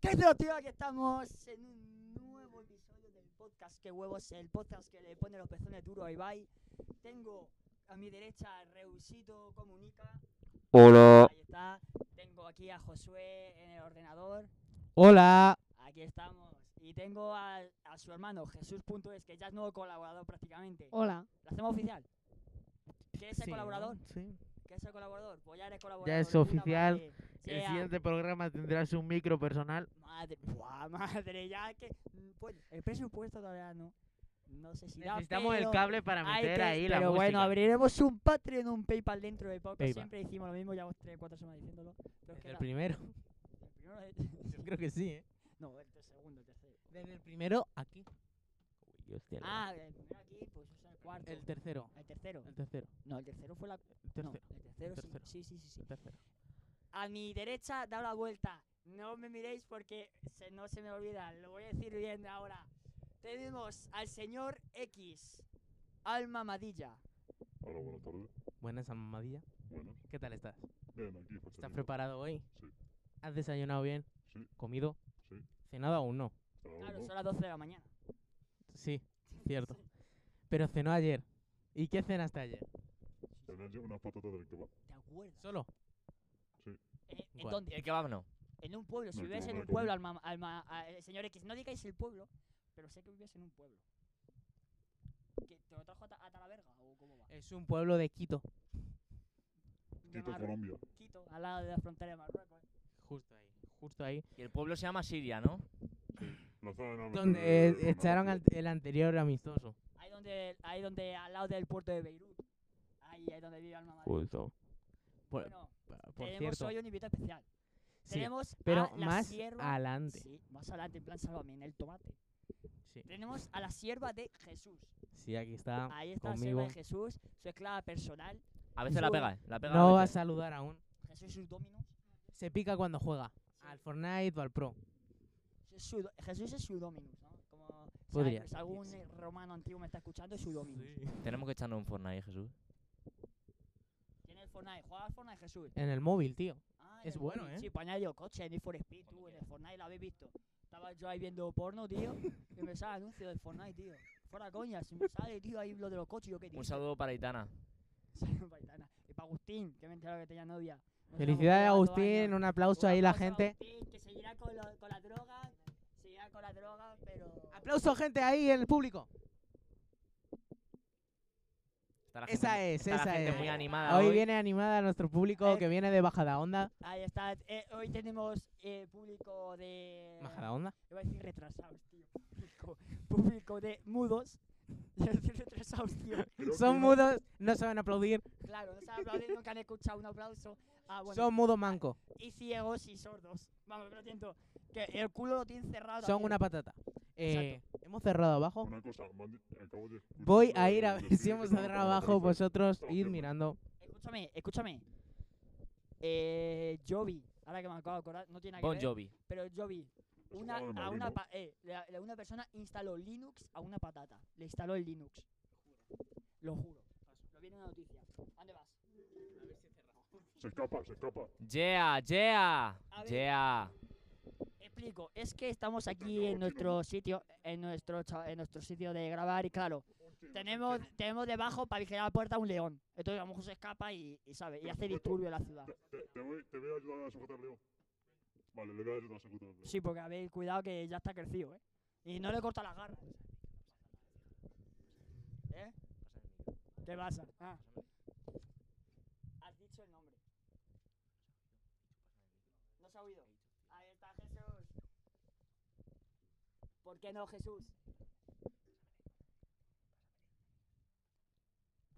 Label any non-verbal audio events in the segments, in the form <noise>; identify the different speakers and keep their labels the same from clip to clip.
Speaker 1: ¿Qué pedo, tío? Aquí estamos en un nuevo episodio del podcast Que Huevos, el podcast que le pone los pezones duros a Ibai. Tengo a mi derecha a Reusito Comunica.
Speaker 2: Hola.
Speaker 1: Ahí está. Tengo aquí a Josué en el ordenador.
Speaker 3: Hola.
Speaker 1: Aquí estamos. Y tengo a, a su hermano, Jesús.es, que ya es nuevo colaborador prácticamente.
Speaker 4: Hola.
Speaker 1: ¿Lo hacemos oficial? ¿Quieres ser
Speaker 3: Sí, ¿no?
Speaker 1: colaborador?
Speaker 3: Sí.
Speaker 1: ¿Quieres ser colaborador? Pues ya eres colaborador.
Speaker 3: es
Speaker 1: de puta
Speaker 3: oficial.
Speaker 1: madre.
Speaker 3: El
Speaker 1: Sea-
Speaker 3: siguiente programa tendrás un micro personal.
Speaker 1: Madre, buah, <laughs> madre, ya que. mm, Bueno, el presupuesto todavía no. No sé si da,
Speaker 3: Necesitamos el
Speaker 1: pero
Speaker 3: cable para
Speaker 1: hay
Speaker 3: meter
Speaker 1: que-
Speaker 3: ahí la
Speaker 1: Pero bueno,
Speaker 3: música.
Speaker 1: abriremos un Patreon, un PayPal dentro de poco.
Speaker 3: PayPal.
Speaker 1: Siempre hicimos lo mismo, llevamos 3 4 semanas diciéndolo. Pero es que
Speaker 3: el
Speaker 1: la-
Speaker 3: primero.
Speaker 1: el primero es-
Speaker 3: Yo creo que sí, ¿eh?
Speaker 1: <laughs> No, el segundo, el tercero.
Speaker 3: Desde el primero aquí.
Speaker 1: Ah, el primero aquí, pues usa el cuarto.
Speaker 3: el tercero.
Speaker 1: El tercero.
Speaker 3: El tercero.
Speaker 1: No, el tercero fue la.
Speaker 3: El
Speaker 1: no,
Speaker 3: tercero.
Speaker 1: el tercero, sí,
Speaker 3: tercero.
Speaker 1: Sí, sí, sí, sí.
Speaker 3: El tercero.
Speaker 1: A mi derecha, da la vuelta. No me miréis porque se- no se me olvida. Lo voy a decir bien ahora. Tenemos al señor X, Alma Madilla.
Speaker 5: Hola, buenas tardes.
Speaker 3: Buenas, mamadilla.
Speaker 5: Buenas.
Speaker 3: ¿Qué tal estás?
Speaker 5: Bien, aquí. pues,
Speaker 3: ¿Estás
Speaker 5: facturando.
Speaker 3: preparado hoy?
Speaker 5: Sí.
Speaker 3: ¿Has desayunado bien?
Speaker 5: Sí.
Speaker 3: ¿Comido?
Speaker 5: Sí.
Speaker 3: ¿Cenado aún no?
Speaker 5: Pero ahora
Speaker 1: Claro,
Speaker 5: no.
Speaker 1: son las 12 de la mañana.
Speaker 3: Sí, cierto. Pero cenó ayer. ¿Y qué cenaste ayer?
Speaker 5: Tenéis ya unas patatas del kebab.
Speaker 1: ¿Te acuerdas?
Speaker 3: Solo.
Speaker 1: Eh, ¿En
Speaker 3: Guau.
Speaker 1: dónde?
Speaker 6: El kebab no.
Speaker 1: En un pueblo. Si
Speaker 5: No,
Speaker 1: vives
Speaker 5: no,
Speaker 1: en
Speaker 5: no,
Speaker 1: un
Speaker 5: no.
Speaker 1: pueblo, Alma, Alma- a- eh, señor X, no digáis el pueblo, pero sé que vives en un pueblo. ¿Que ¿Te lo trajo a, Ta- a Talaverga o cómo va?
Speaker 3: Es un pueblo de Quito.
Speaker 1: De
Speaker 5: Eh, Quito,
Speaker 1: Marruecos,
Speaker 5: Colombia.
Speaker 1: Quito, al lado de la frontera de Marruecos.
Speaker 3: Justo ahí. Justo ahí.
Speaker 6: Y el pueblo se llama Siria, ¿no?
Speaker 5: La zona de la
Speaker 3: Donde
Speaker 5: de-
Speaker 3: eh,
Speaker 5: de- de-
Speaker 3: echaron
Speaker 5: de-
Speaker 3: al- el anterior amistoso.
Speaker 1: Ahí donde, ahí donde, al lado del puerto de Beirut. Ahí es donde vive Alma Madrid.
Speaker 2: Justo.
Speaker 3: Por,
Speaker 1: Bueno,
Speaker 3: por
Speaker 1: tenemos
Speaker 3: cierto.
Speaker 1: hoy un invitado especial.
Speaker 3: sí,
Speaker 1: tenemos
Speaker 3: pero
Speaker 1: a la
Speaker 3: más
Speaker 1: sierva.
Speaker 3: adelante.
Speaker 1: Sí, más adelante, en plan, sálvame en el tomate.
Speaker 3: Sí.
Speaker 1: Tenemos a la sierva de Jesús.
Speaker 3: Sí, aquí está.
Speaker 1: Ahí está
Speaker 3: conmigo.
Speaker 1: la sierva de Jesús, su esclava personal,
Speaker 6: A veces la
Speaker 1: Eso-
Speaker 6: pega, ¿eh? La pega
Speaker 3: No
Speaker 6: a
Speaker 3: va a
Speaker 6: veces.
Speaker 3: saludar aún.
Speaker 1: Jesús sus dominos.
Speaker 3: Se pica cuando juega. Al Fortnite o al Pro.
Speaker 1: Es su do- Jesús es su dominus, ¿no? Como si
Speaker 3: Podría
Speaker 1: al- si
Speaker 3: ser,
Speaker 1: algún
Speaker 3: sí.
Speaker 1: eh, romano antiguo me está escuchando, es su dominus.
Speaker 6: Tenemos que echarnos un Fortnite, Jesús.
Speaker 1: Tiene el Fortnite, juega al Fortnite Jesús.
Speaker 3: En el móvil, tío.
Speaker 1: Ah,
Speaker 3: Es
Speaker 1: en el
Speaker 3: bueno,
Speaker 1: móvil,
Speaker 3: ¿eh?
Speaker 1: Sí, pues añade yo coche, en Need for Speed, tú, en el Fortnite la habéis visto. Estaba yo ahí viendo porno, tío,
Speaker 3: <laughs>
Speaker 1: y me sale anuncio del Fortnite, tío. Fuera coña, si me sale, tío, ahí lo de los coches, yo qué tío.
Speaker 6: Un
Speaker 1: <laughs>
Speaker 6: saludo para Itana.
Speaker 1: Saludo para Aitana. Y para Agustín, que me he enterado que tenía novia. No sé,
Speaker 3: Felicidades,
Speaker 1: cuántos
Speaker 3: Agustín.
Speaker 1: años.
Speaker 3: Un aplauso ahí, la gente.
Speaker 1: Agustín, que seguirá con, lo- con las drogas, seguirá con las drogas, pero...
Speaker 3: Aplauso, gente, ahí en el público.
Speaker 6: Está la gente
Speaker 3: Esa
Speaker 6: muy-
Speaker 3: es,
Speaker 6: está la
Speaker 3: esa
Speaker 6: gente
Speaker 3: es.
Speaker 6: muy animada
Speaker 1: Ah,
Speaker 6: hoy.
Speaker 3: Hoy viene animada nuestro público
Speaker 1: Eh,
Speaker 3: que viene de Bajada Onda.
Speaker 1: Ahí está. eh, hoy tenemos eh, público de.
Speaker 3: ¿Bajada Onda?
Speaker 1: Iba a decir retrasados, tío. Público, público de mudos. <laughs> Iba a decir retrasados, tío.
Speaker 5: Creo
Speaker 3: Son
Speaker 5: que-
Speaker 3: mudos, no saben aplaudir.
Speaker 1: Claro, no se han aplaudido, nunca han escuchado un aplauso. Ah, bueno.
Speaker 3: Son mudos manco.
Speaker 1: Y ciegos y sordos. Vamos, lo siento. Que el culo lo tienen cerrado.
Speaker 3: Son
Speaker 1: también.
Speaker 3: una patata. Eh, hemos cerrado abajo.
Speaker 5: Una cosa, me han di- acabo de escuchar
Speaker 3: Voy
Speaker 5: lo
Speaker 3: a
Speaker 5: de-
Speaker 3: ir a
Speaker 5: del
Speaker 3: ver si
Speaker 5: cine
Speaker 3: hemos
Speaker 5: que me
Speaker 3: cerrado
Speaker 5: acaba de
Speaker 3: abajo. pues,
Speaker 5: aparecer.
Speaker 3: Vosotros
Speaker 5: Estaba
Speaker 3: id
Speaker 5: firme.
Speaker 3: mirando.
Speaker 1: Escúchame, escúchame. Eh. Jovi, ahora que me acabo de acordar, no tiene nada que
Speaker 6: Bon
Speaker 1: ver.
Speaker 6: Jovi.
Speaker 1: Pero Jovi,
Speaker 5: Eso
Speaker 1: una,
Speaker 5: estaba en
Speaker 1: a
Speaker 5: Madrid,
Speaker 1: una,
Speaker 5: ¿no?
Speaker 1: pa- eh, la- la- una persona instaló Linux a una patata. Le instaló el Linux. Lo juro. Lo viene en la noticia. ¿A ¿Dónde vas?
Speaker 5: Se escapa, se escapa.
Speaker 6: Yeah, yeah.
Speaker 1: A ver.
Speaker 6: Yeah.
Speaker 1: Explico. Es que estamos aquí en nuestro sitio, en nuestro, cha- en nuestro sitio de grabar y claro, tenemos, tenemos debajo para vigilar la puerta un león. Entonces a lo mejor se escapa y, y sabe, y hace disturbio en la ciudad.
Speaker 5: Te, te- te voy, te voy a ayudar a sujetar Leo. Vale, le voy a ayudar a sujetar Leo.
Speaker 1: Sí, porque a ver, cuidado que ya está crecido, ¿eh? Y no le corta las garras. ¿Eh? ¿Qué pasa? Ah. Has dicho el nombre. ¿No se ha oído? Ahí está Jesús. ¿Por qué no Jesús?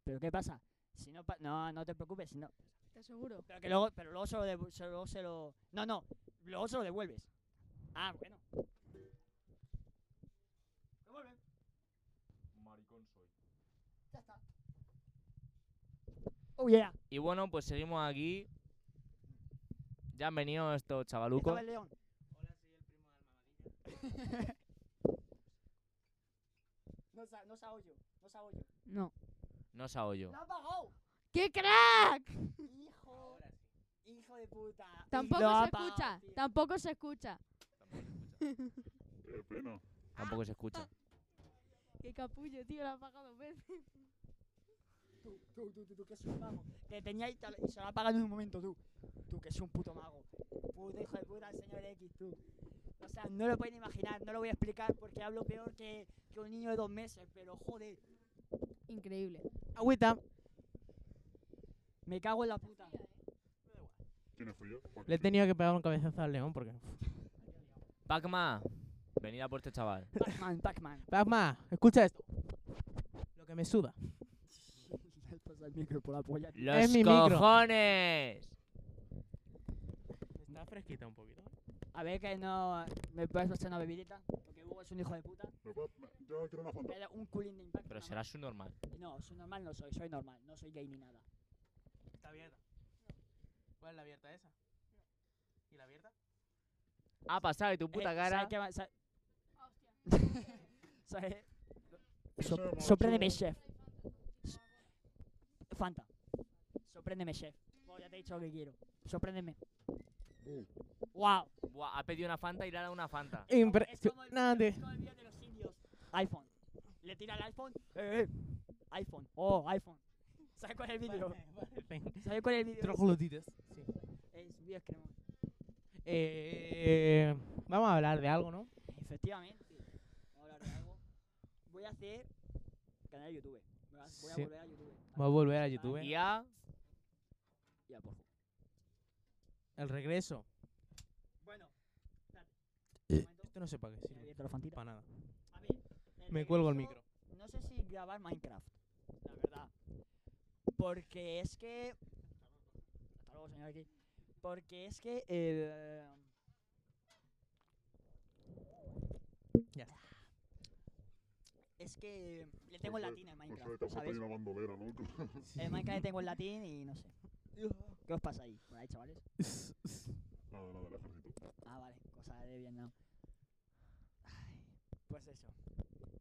Speaker 1: ¿Pero qué pasa? Si no, pa- no, no te preocupes, si no,
Speaker 4: Te aseguro.
Speaker 1: pero que luego, pero luego se lo, devu- se lo- se lo- No, no. Luego se lo devuelves. Ah, bueno. Maricón soy. Ya está. Oh yeah.
Speaker 6: Y bueno, pues seguimos aquí. Ya han venido estos chavalucos.
Speaker 3: Este
Speaker 1: Estaba el león. <laughs> No se, no se ha oído, no se ha oído.
Speaker 2: No.
Speaker 6: No se ha oído.
Speaker 1: ¡Lo ha apagado!
Speaker 2: ¡Qué crack!
Speaker 1: ¡Hijo! ¡Hijo de puta!
Speaker 2: Tampoco
Speaker 1: Lo ha
Speaker 2: se
Speaker 1: apagado,
Speaker 2: escucha.
Speaker 1: tío.
Speaker 2: Tampoco se escucha.
Speaker 5: Qué pena.
Speaker 6: Tampoco se escucha.
Speaker 3: Ah.
Speaker 2: Qué capullo, tío. Lo ha apagado dos veces.
Speaker 1: Tú, tú, tú, tú, tú, que es un mago. Que tenía y, tal- y se lo ha apagado en un momento, tú. Tú, que es un puto mago. Puto hijo de puta, el señor X, tú. O sea, no lo pueden imaginar, no lo voy a explicar porque hablo peor que, que un niño de dos meses, pero joder.
Speaker 2: Increíble.
Speaker 1: Agüita. Me cago en la puta.
Speaker 5: ¿Tiene frío? Joaquín.
Speaker 3: Le he tenido que pegar un cabezazo al león porque.
Speaker 6: Pacma, venid a por este chaval.
Speaker 1: Pac-Man, Pac-Man.
Speaker 3: Pacma, escucha esto. Lo que me suda.
Speaker 1: <laughs> Le pasa el micro por la polla.
Speaker 6: ¡Los
Speaker 3: Es mi micro.
Speaker 6: cojones!
Speaker 3: Está fresquita un poquito.
Speaker 1: A ver que no. ¿Me puedes hacer una bebidita? Porque Hugo es un hijo de puta.
Speaker 5: ¿Me puedo- me- Yo quiero una fanta.
Speaker 1: Me da un culín de impacto.
Speaker 6: Pero
Speaker 1: nada
Speaker 6: será su normal.
Speaker 1: más. No, soy normal no soy, soy normal. No soy gay ni nada.
Speaker 3: Está abierta. ¿Cuál es la abierta esa? ¿Y la abierta?
Speaker 6: Ha pasado de tu puta
Speaker 1: Eh,
Speaker 6: cara.
Speaker 1: ¿sabes qué va- sa- <laughs> ¿Sabes?
Speaker 5: Ese
Speaker 1: Sop-
Speaker 5: macho-
Speaker 1: sorpréndeme, chef. S- Fanta. Sorpréndeme, chef. Bueno, ya te he dicho lo que quiero. Sorpréndeme.
Speaker 5: Uh,
Speaker 1: ¡Wow!
Speaker 6: Buah, ha pedido una Fanta y le ha dado una Fanta.
Speaker 1: Es como el-
Speaker 3: Impresionante.
Speaker 1: es como el vídeo de los indios. iPhone. Le tira el iPhone. Eh, eh. iPhone. Oh, iPhone. ¿Sabes cuál es el vídeo?
Speaker 3: <laughs>
Speaker 1: ¿Sabes cuál es el vídeo?
Speaker 3: Troglodites. Sí.
Speaker 1: Es un vídeo excremón.
Speaker 3: Eh, vamos a hablar de algo, ¿no?
Speaker 1: Efectivamente. Vamos a hablar de algo. Voy a hacer canal de YouTube. Voy a, voy a
Speaker 3: Sí.
Speaker 1: volver a YouTube.
Speaker 3: Voy a volver a YouTube.
Speaker 6: Y a...
Speaker 1: Y a porjo.
Speaker 3: El regreso.
Speaker 1: Bueno, espérate.
Speaker 3: Eh.
Speaker 1: Un momento.
Speaker 3: Esto no sé para qué
Speaker 1: Voy a
Speaker 3: sirve.
Speaker 1: abrir la fantita.
Speaker 3: Para nada.
Speaker 1: A ver,
Speaker 3: Me cuelgo el
Speaker 1: regreso-
Speaker 3: micro.
Speaker 1: No sé si grabar Minecraft, la verdad. Porque es que. Hasta luego, señor aquí. Porque es que. eh,
Speaker 3: Ya
Speaker 1: Es que le tengo en
Speaker 5: Pues,
Speaker 1: latín el
Speaker 5: Pues
Speaker 1: Minecraft,
Speaker 5: eh, tampoco hay
Speaker 1: ¿sabes?
Speaker 5: una bandolera, ¿no? <laughs>
Speaker 1: El Minecraft le tengo en latín y no sé. ¿Qué os pasa ahí? Por ahí, chavales.
Speaker 5: Nada, nada, el ejército.
Speaker 1: Ah, vale, cosa de Vietnam. Ay, pues eso.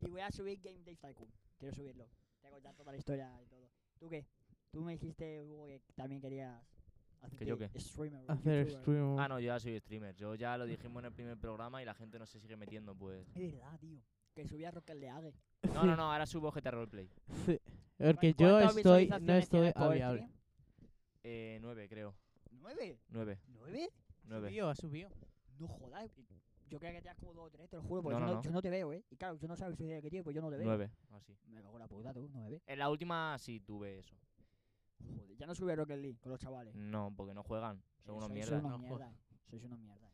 Speaker 1: Y voy a subir Game Day Tycoon. Quiero subirlo. Te voy a contar toda la historia y todo. ¿Tú qué? Tú me dijiste, Hugo, que también querías. hacerte
Speaker 6: yo qué?
Speaker 1: Streamer. o
Speaker 3: Hacer
Speaker 1: youtuber.
Speaker 3: stream.
Speaker 6: Ah, no, yo ya soy streamer. Yo ya lo dijimos en el primer programa y la gente no se sigue
Speaker 1: <laughs>
Speaker 6: metiendo, pues.
Speaker 1: Es verdad, tío. Que subía Rocket League.
Speaker 6: No, no, no, ahora subo GTA Roleplay.
Speaker 3: Sí. Porque
Speaker 1: ¿Cu-
Speaker 3: yo
Speaker 1: cuántas
Speaker 3: estoy, no
Speaker 1: visualizaciones
Speaker 3: estoy
Speaker 1: tienes por
Speaker 3: aviable.
Speaker 1: stream?
Speaker 6: Eh, nueve, creo.
Speaker 1: ¿Nueve?
Speaker 6: Nueve,
Speaker 1: ¿Nueve?
Speaker 6: nueve.
Speaker 3: ha subido.
Speaker 1: No jodas. Yo creía que tenías como dos o tres, te lo juro, porque
Speaker 6: No,
Speaker 1: yo,
Speaker 6: no,
Speaker 1: no,
Speaker 6: no.
Speaker 1: yo no te veo, ¿eh? Y claro, yo no sabes que tío, pues yo no te veo.
Speaker 6: Nueve, así.
Speaker 1: Me cago en la puta, tú, nueve.
Speaker 6: En la última sí tuve eso.
Speaker 1: Joder, ya no sube Rocket League con los chavales.
Speaker 3: Mm,
Speaker 6: No, porque no juegan. Son unos
Speaker 1: Sois
Speaker 6: mierdas.
Speaker 3: No,
Speaker 1: unos
Speaker 3: joder.
Speaker 1: mierdas. Sois unos mierdas.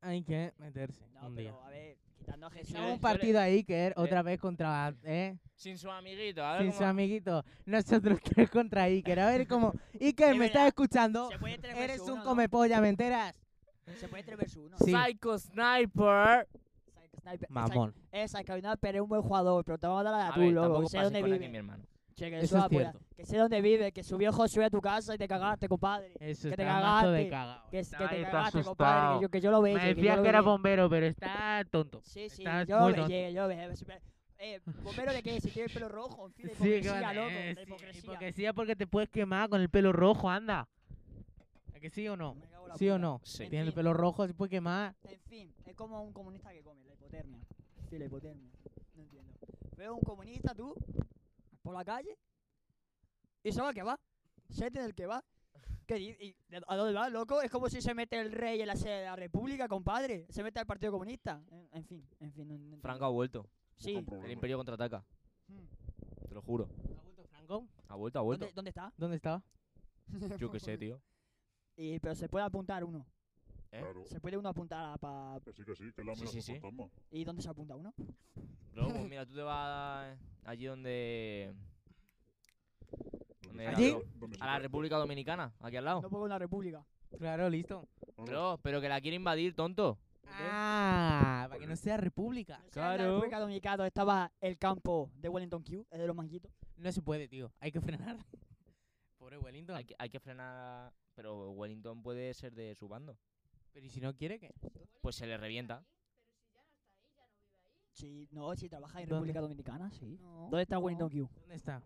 Speaker 3: Hay que meterse
Speaker 1: No,
Speaker 3: un
Speaker 1: pero
Speaker 3: día.
Speaker 1: a ver, quitando a Jesús.
Speaker 3: Hicimos un partido ahí que era otra vez contra eh,
Speaker 6: Sin su amiguito, a ver
Speaker 3: sin
Speaker 6: cómo-
Speaker 3: su <laughs> amiguito. Nosotros tres contra Iker. A ver cómo. Iker,
Speaker 1: Es
Speaker 3: me
Speaker 1: verdad.
Speaker 3: estás escuchando.
Speaker 1: Se puede 3
Speaker 3: Eres
Speaker 1: versus
Speaker 3: un
Speaker 1: 1.
Speaker 3: comepolla, ¿me enteras?
Speaker 1: Se puede 3 versus 1.
Speaker 3: Sí.
Speaker 6: Psycho Sniper.
Speaker 1: Sniper. eh, Es Sniper, pero es un buen jugador, pero te vamos a dar a
Speaker 6: A
Speaker 1: Ah, tú,
Speaker 6: ver,
Speaker 1: loco.
Speaker 6: tampoco
Speaker 1: Que sé
Speaker 6: pases
Speaker 1: dónde
Speaker 6: con aquí, mi
Speaker 1: vive.
Speaker 6: hermano.
Speaker 1: Che, que
Speaker 3: Eso
Speaker 1: suba
Speaker 3: es
Speaker 1: la polla.
Speaker 3: cierto.
Speaker 1: Que sé dónde vive, que subió Josué a tu casa y te cagaste, compadre.
Speaker 3: Eso
Speaker 1: Que te
Speaker 3: está mazo de
Speaker 1: cagaste. Que,
Speaker 3: cagao.
Speaker 1: que te
Speaker 3: Está ahí todo
Speaker 1: cagaste, compadre.
Speaker 3: asustado.
Speaker 1: Que yo, que yo lo veía.
Speaker 3: Me
Speaker 1: que yo
Speaker 3: decía
Speaker 1: lo
Speaker 3: que era
Speaker 1: veía.
Speaker 3: bombero, pero está tonto.
Speaker 1: Sí, sí,
Speaker 3: Estás
Speaker 1: yo
Speaker 3: muy
Speaker 1: veía,
Speaker 3: tonto.
Speaker 1: yo veía. super- Eh, bombero de qué, si tiene el pelo rojo, en fin, de
Speaker 3: que
Speaker 1: hipocresía,
Speaker 3: vale,
Speaker 1: loco,
Speaker 3: eh,
Speaker 1: de
Speaker 3: sí,
Speaker 1: hipocresía.
Speaker 3: hipocresía porque te puedes quemar con el pelo rojo, anda. ¿A que sí o no?
Speaker 1: Me cago en la
Speaker 3: ¿Sí o
Speaker 1: puta.
Speaker 3: no?
Speaker 6: Sí.
Speaker 3: Tiene el
Speaker 1: fin.
Speaker 3: pelo rojo, se puede quemar.
Speaker 1: En fin, es como un comunista que come, la hipotermia. Sí, la hipotermia. No entiendo. Veo un comunista, tú, por la calle, y sabe que va. Sete del que va. ¿Qué di- y de- ¿A dónde va, loco? Es como si se mete el rey en la sede de la república, compadre. Se mete al Partido Comunista. En, en fin, en fin. No, no entiendo.
Speaker 6: Franco ha vuelto.
Speaker 1: Sí.
Speaker 5: Con
Speaker 6: El
Speaker 5: problemas.
Speaker 6: Imperio contraataca.
Speaker 1: Mm.
Speaker 6: Te lo juro.
Speaker 3: Franco?
Speaker 6: Ha vuelto, ha vuelto.
Speaker 1: ¿Dónde, dónde está?
Speaker 3: ¿Dónde estaba?
Speaker 6: Yo qué sé, tío.
Speaker 1: Y, pero se puede apuntar uno.
Speaker 6: ¿Eh?
Speaker 5: Claro.
Speaker 1: Se puede uno apuntar a... Pa...
Speaker 5: Que sí, que sí, que es la
Speaker 6: Sí,
Speaker 5: amenaza
Speaker 6: sí, sí.
Speaker 5: fantasma.
Speaker 1: ¿Y dónde se apunta
Speaker 6: <laughs>
Speaker 1: uno?
Speaker 6: Luego, pues mira, tú te vas eh, allí donde.
Speaker 5: ¿Dónde
Speaker 6: ¿Allí?
Speaker 5: se- dónde se-
Speaker 6: A la República Dominicana, aquí al lado.
Speaker 1: No puedo una república.
Speaker 3: Claro, listo.
Speaker 5: Ah,
Speaker 6: Bro, pero que la quiere invadir, tonto.
Speaker 3: Ah, para que que no sea república.
Speaker 1: No sé, En la
Speaker 6: Claro.
Speaker 1: República Dominicana estaba el campo de Wellington Q, el de los manguitos.
Speaker 3: No se puede, tío. Hay que frenar. <laughs> Pobre Wellington.
Speaker 6: Hay que, hay que frenar. Pero Wellington puede ser de su bando.
Speaker 3: Pero ¿y si no quiere, qué?
Speaker 6: Pues se le revienta.
Speaker 1: Sí, no, sí, trabaja en
Speaker 3: ¿Dónde?
Speaker 1: República Dominicana, sí.
Speaker 2: No.
Speaker 1: ¿Dónde está
Speaker 2: No.
Speaker 1: Wellington Q?
Speaker 3: ¿Dónde está?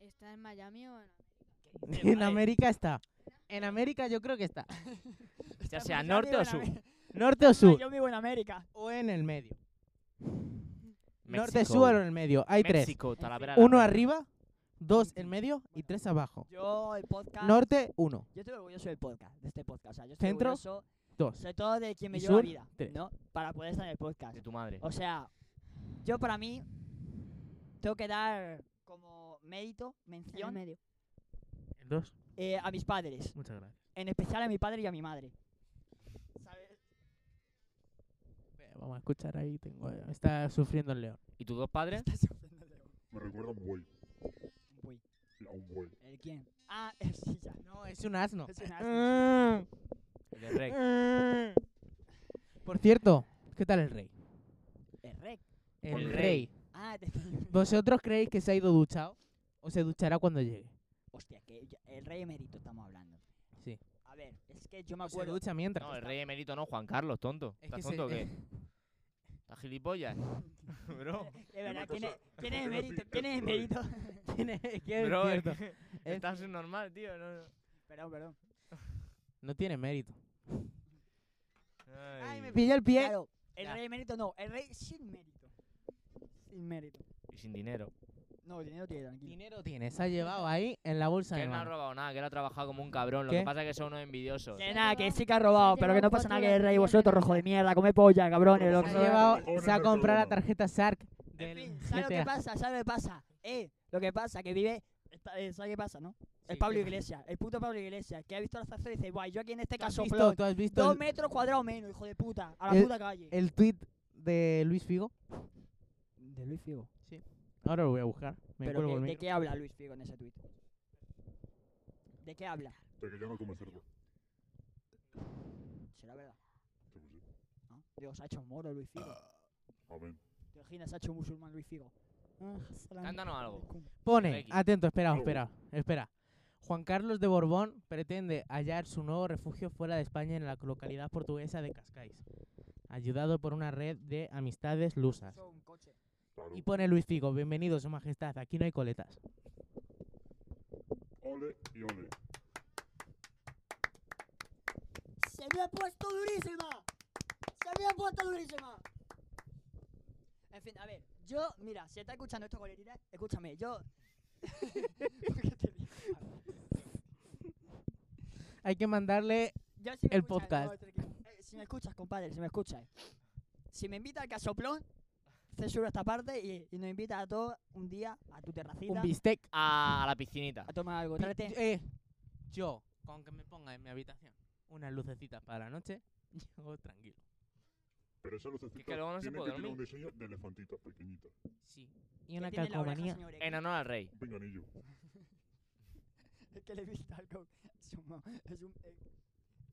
Speaker 2: ¿Está en Miami o en
Speaker 3: en América está. En América yo creo que <laughs> está.
Speaker 6: Ya sea norte o sur.
Speaker 3: Norte o sur.
Speaker 1: Ah, Yo vivo en América.
Speaker 3: O en el medio. Norte,
Speaker 6: México.
Speaker 3: sur o en el medio. Hay tres.
Speaker 6: México, Talavera de la
Speaker 3: Uno
Speaker 6: Reina.
Speaker 3: arriba, dos en medio y tres abajo.
Speaker 1: Yo, el podcast.
Speaker 3: Norte, uno.
Speaker 1: Yo estoy orgulloso del podcast, de este podcast. O sea, yo estoy
Speaker 3: Centro,
Speaker 1: orgulloso,
Speaker 3: Dos.
Speaker 1: sobre todo de quien me
Speaker 3: y
Speaker 1: dio la
Speaker 3: sur,
Speaker 1: vida,
Speaker 3: tres.
Speaker 1: ¿no? Para poder estar en el podcast.
Speaker 6: De tu madre.
Speaker 1: O sea, yo para mí tengo que dar como mérito,
Speaker 2: el
Speaker 1: mención,
Speaker 2: medio?
Speaker 3: El dos.
Speaker 1: eh, a mis padres.
Speaker 3: Muchas gracias.
Speaker 1: En especial a mi padre y a mi madre. ¿Sabes?
Speaker 3: Vamos a escuchar ahí. Tengo... eh, Está sufriendo el león.
Speaker 6: ¿Y tus dos padres?
Speaker 5: Me recuerda a un buey.
Speaker 1: Uy,
Speaker 5: A un buey.
Speaker 1: ¿el quién? Ah, <laughs> sí, ya.
Speaker 3: No, es un asno.
Speaker 1: Es un asno.
Speaker 3: Mm,
Speaker 6: El de Rec.
Speaker 3: mm. Por cierto, ¿qué tal el rey?
Speaker 1: El rec.
Speaker 3: El,
Speaker 6: El
Speaker 3: rey.
Speaker 6: rey.
Speaker 1: Ah, te-
Speaker 3: ¿Vosotros creéis que se ha ido duchado? ¿O se duchará cuando llegue?
Speaker 1: hostia, que ya- el rey emérito estamos hablando.
Speaker 3: Sí.
Speaker 1: A ver, es que yo me
Speaker 3: Se
Speaker 1: acuerdo.
Speaker 3: ducha mientras.
Speaker 6: No, el rey emérito no, Juan Carlos, tonto.
Speaker 3: Es que
Speaker 6: ¿Estás
Speaker 3: se-
Speaker 6: tonto o qué? ¿Estás
Speaker 3: <laughs>
Speaker 6: gilipollas? Bro,
Speaker 1: De verdad,
Speaker 5: Una
Speaker 1: ¿quién es,
Speaker 5: cosa-
Speaker 1: quién es
Speaker 5: una cosa
Speaker 1: emérito?
Speaker 5: así,
Speaker 1: ¿Quién es
Speaker 5: el rey.
Speaker 1: emérito?
Speaker 3: <laughs> Tiene- es que es
Speaker 6: bro, es
Speaker 3: cierto.
Speaker 6: que
Speaker 3: Es
Speaker 6: estás normal, tío. No, no.
Speaker 1: <laughs> perdón, perdón.
Speaker 3: No tiene mérito.
Speaker 6: Ay.
Speaker 3: Ay, me pilla el pie.
Speaker 1: Claro, el
Speaker 3: Ya.
Speaker 1: rey emérito no, el rey sin mérito. Sin mérito.
Speaker 6: Y sin dinero.
Speaker 1: No, dinero tiene tranquilo.
Speaker 3: Dinero tiene, se ha llevado ahí en la bolsa
Speaker 6: Que
Speaker 3: de
Speaker 6: él no ha
Speaker 3: mano.
Speaker 6: robado nada, que él ha trabajado como un cabrón. Lo
Speaker 3: ¿Qué?
Speaker 6: que pasa es que son unos envidiosos.
Speaker 1: Que
Speaker 2: ha
Speaker 1: nada, que
Speaker 2: llevado-
Speaker 1: sí que ha
Speaker 2: se
Speaker 1: robado,
Speaker 2: ha
Speaker 1: pero que no
Speaker 2: llevado
Speaker 1: pasa nada
Speaker 2: cuatro
Speaker 1: que el rey,
Speaker 2: latillas
Speaker 1: vosotros
Speaker 2: de
Speaker 1: rojo de
Speaker 2: mierda.
Speaker 1: mejor. mierda, come polla, cabrones. Lo
Speaker 3: Se
Speaker 1: que
Speaker 3: ha
Speaker 5: Mejor
Speaker 1: sea.
Speaker 3: llevado,
Speaker 5: Mercadona.
Speaker 3: se ha comprado la tarjeta Shark
Speaker 1: En
Speaker 3: del
Speaker 1: fin, ¿sabes lo que
Speaker 3: GTA.
Speaker 1: pasa? ¿Sabes lo que pasa? Eh, lo que pasa, que vive. está- eh, ¿Sabes qué pasa, no? El
Speaker 3: Sí,
Speaker 1: Pablo
Speaker 3: ¿qué
Speaker 1: Iglesias, el puto Pablo Iglesias, que ha visto la zarza y dice, guay, yo aquí en este
Speaker 3: ¿Tú has
Speaker 1: caso
Speaker 3: visto, tú has visto
Speaker 1: dos
Speaker 3: el, Eh,
Speaker 1: metros cuadrados menos, hijo de puta, a la
Speaker 3: El-
Speaker 1: puta calle.
Speaker 3: el tweet de Luis Figo?
Speaker 1: De Luis Figo.
Speaker 3: Ahora lo voy a buscar. Me
Speaker 1: Pero
Speaker 3: cuelgo
Speaker 1: que-
Speaker 3: el
Speaker 1: ¿de
Speaker 3: micro.
Speaker 1: qué habla Luis Figo en ese tuit? ¿De qué habla?
Speaker 5: De que ya no come cerdo.
Speaker 1: Será verdad.
Speaker 5: Sí, pues sí.
Speaker 1: ¿no? Digo, se ha hecho moro Luis Figo.
Speaker 5: Amén.
Speaker 1: ¿Te imaginas? Se ha hecho musulmán Luis Figo. Ah, salam
Speaker 6: Cántanos algo.
Speaker 1: alaikum.
Speaker 3: Pone,
Speaker 6: Reiki.
Speaker 3: atento, espera,
Speaker 5: Oh.
Speaker 3: espera, espera. Juan Carlos de Borbón pretende hallar su nuevo refugio fuera de España en la localidad portuguesa de Cascais, ayudado por una red de amistades lusas.
Speaker 1: Eso, un coche.
Speaker 5: Claro.
Speaker 3: Y pone Luis Figo, bienvenido, su majestad, aquí no hay coletas.
Speaker 5: Ole y ole.
Speaker 1: ¡Se me ha puesto durísima! ¡Se me ha puesto durísima! En fin, a ver, yo, mira, si está escuchando esto, colerita, escúchame, yo. <laughs> ¿Por qué te ríes?
Speaker 3: Hay que mandarle...
Speaker 1: Yo si me
Speaker 3: El
Speaker 1: escuchas,
Speaker 3: podcast.
Speaker 1: no, otro que- eh, si me escuchas, compadre, si me escuchas. Si me invita al casoplón, censuro esta parte y, y nos invita a todos un día a tu terracita
Speaker 3: Un bistec.
Speaker 6: A, a la piscinita.
Speaker 1: a tomar algo.
Speaker 3: Pi-
Speaker 1: Tráete
Speaker 3: eh, yo, con que me ponga en mi habitación unas lucecitas para la noche, <laughs> yo tranquilo.
Speaker 5: Pero esa lucecita
Speaker 6: que luego no se
Speaker 5: tiene
Speaker 6: puede
Speaker 5: que tener un
Speaker 6: dormir.
Speaker 5: diseño de elefantita pequeñita.
Speaker 3: Sí. Y una
Speaker 1: que tiene la oreja,
Speaker 3: calcomanía.
Speaker 1: señor X.
Speaker 6: En honor al rey.
Speaker 5: Un pinganillo.
Speaker 1: Es <laughs> que le he visto algo. Es un. Es un, eh,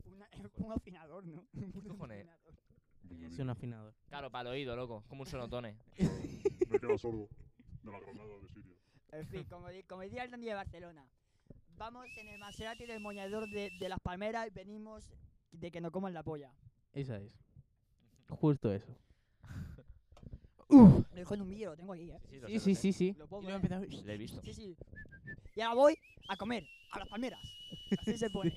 Speaker 1: una- <laughs> es un afinador, ¿no? <laughs> Un
Speaker 6: cojones?
Speaker 1: afinador.
Speaker 5: Un
Speaker 3: Es
Speaker 5: pinganillo.
Speaker 3: un afinador.
Speaker 6: Claro, para el oído, loco. Como un sonotone.
Speaker 5: Me queda sordo. De la granada de Siria.
Speaker 1: En fin, como, di- como diría el Dandy de Barcelona, vamos en el Maserati del moñador de, de las palmeras y venimos de que nos coman la polla.
Speaker 3: Esa es. Justo eso.
Speaker 1: Lo dijo en un vídeo, lo tengo aquí, ¿eh?
Speaker 6: Sí, sí,
Speaker 3: Sí,
Speaker 6: lo sé,
Speaker 3: sí,
Speaker 6: lo sé.
Speaker 3: sí, sí.
Speaker 1: Lo puedo
Speaker 3: Y luego
Speaker 1: poner.
Speaker 3: empezaba-
Speaker 6: Lo he visto.
Speaker 1: Sí, sí. Y ahora voy a comer a las palmeras. Así se
Speaker 3: <laughs>
Speaker 1: pone.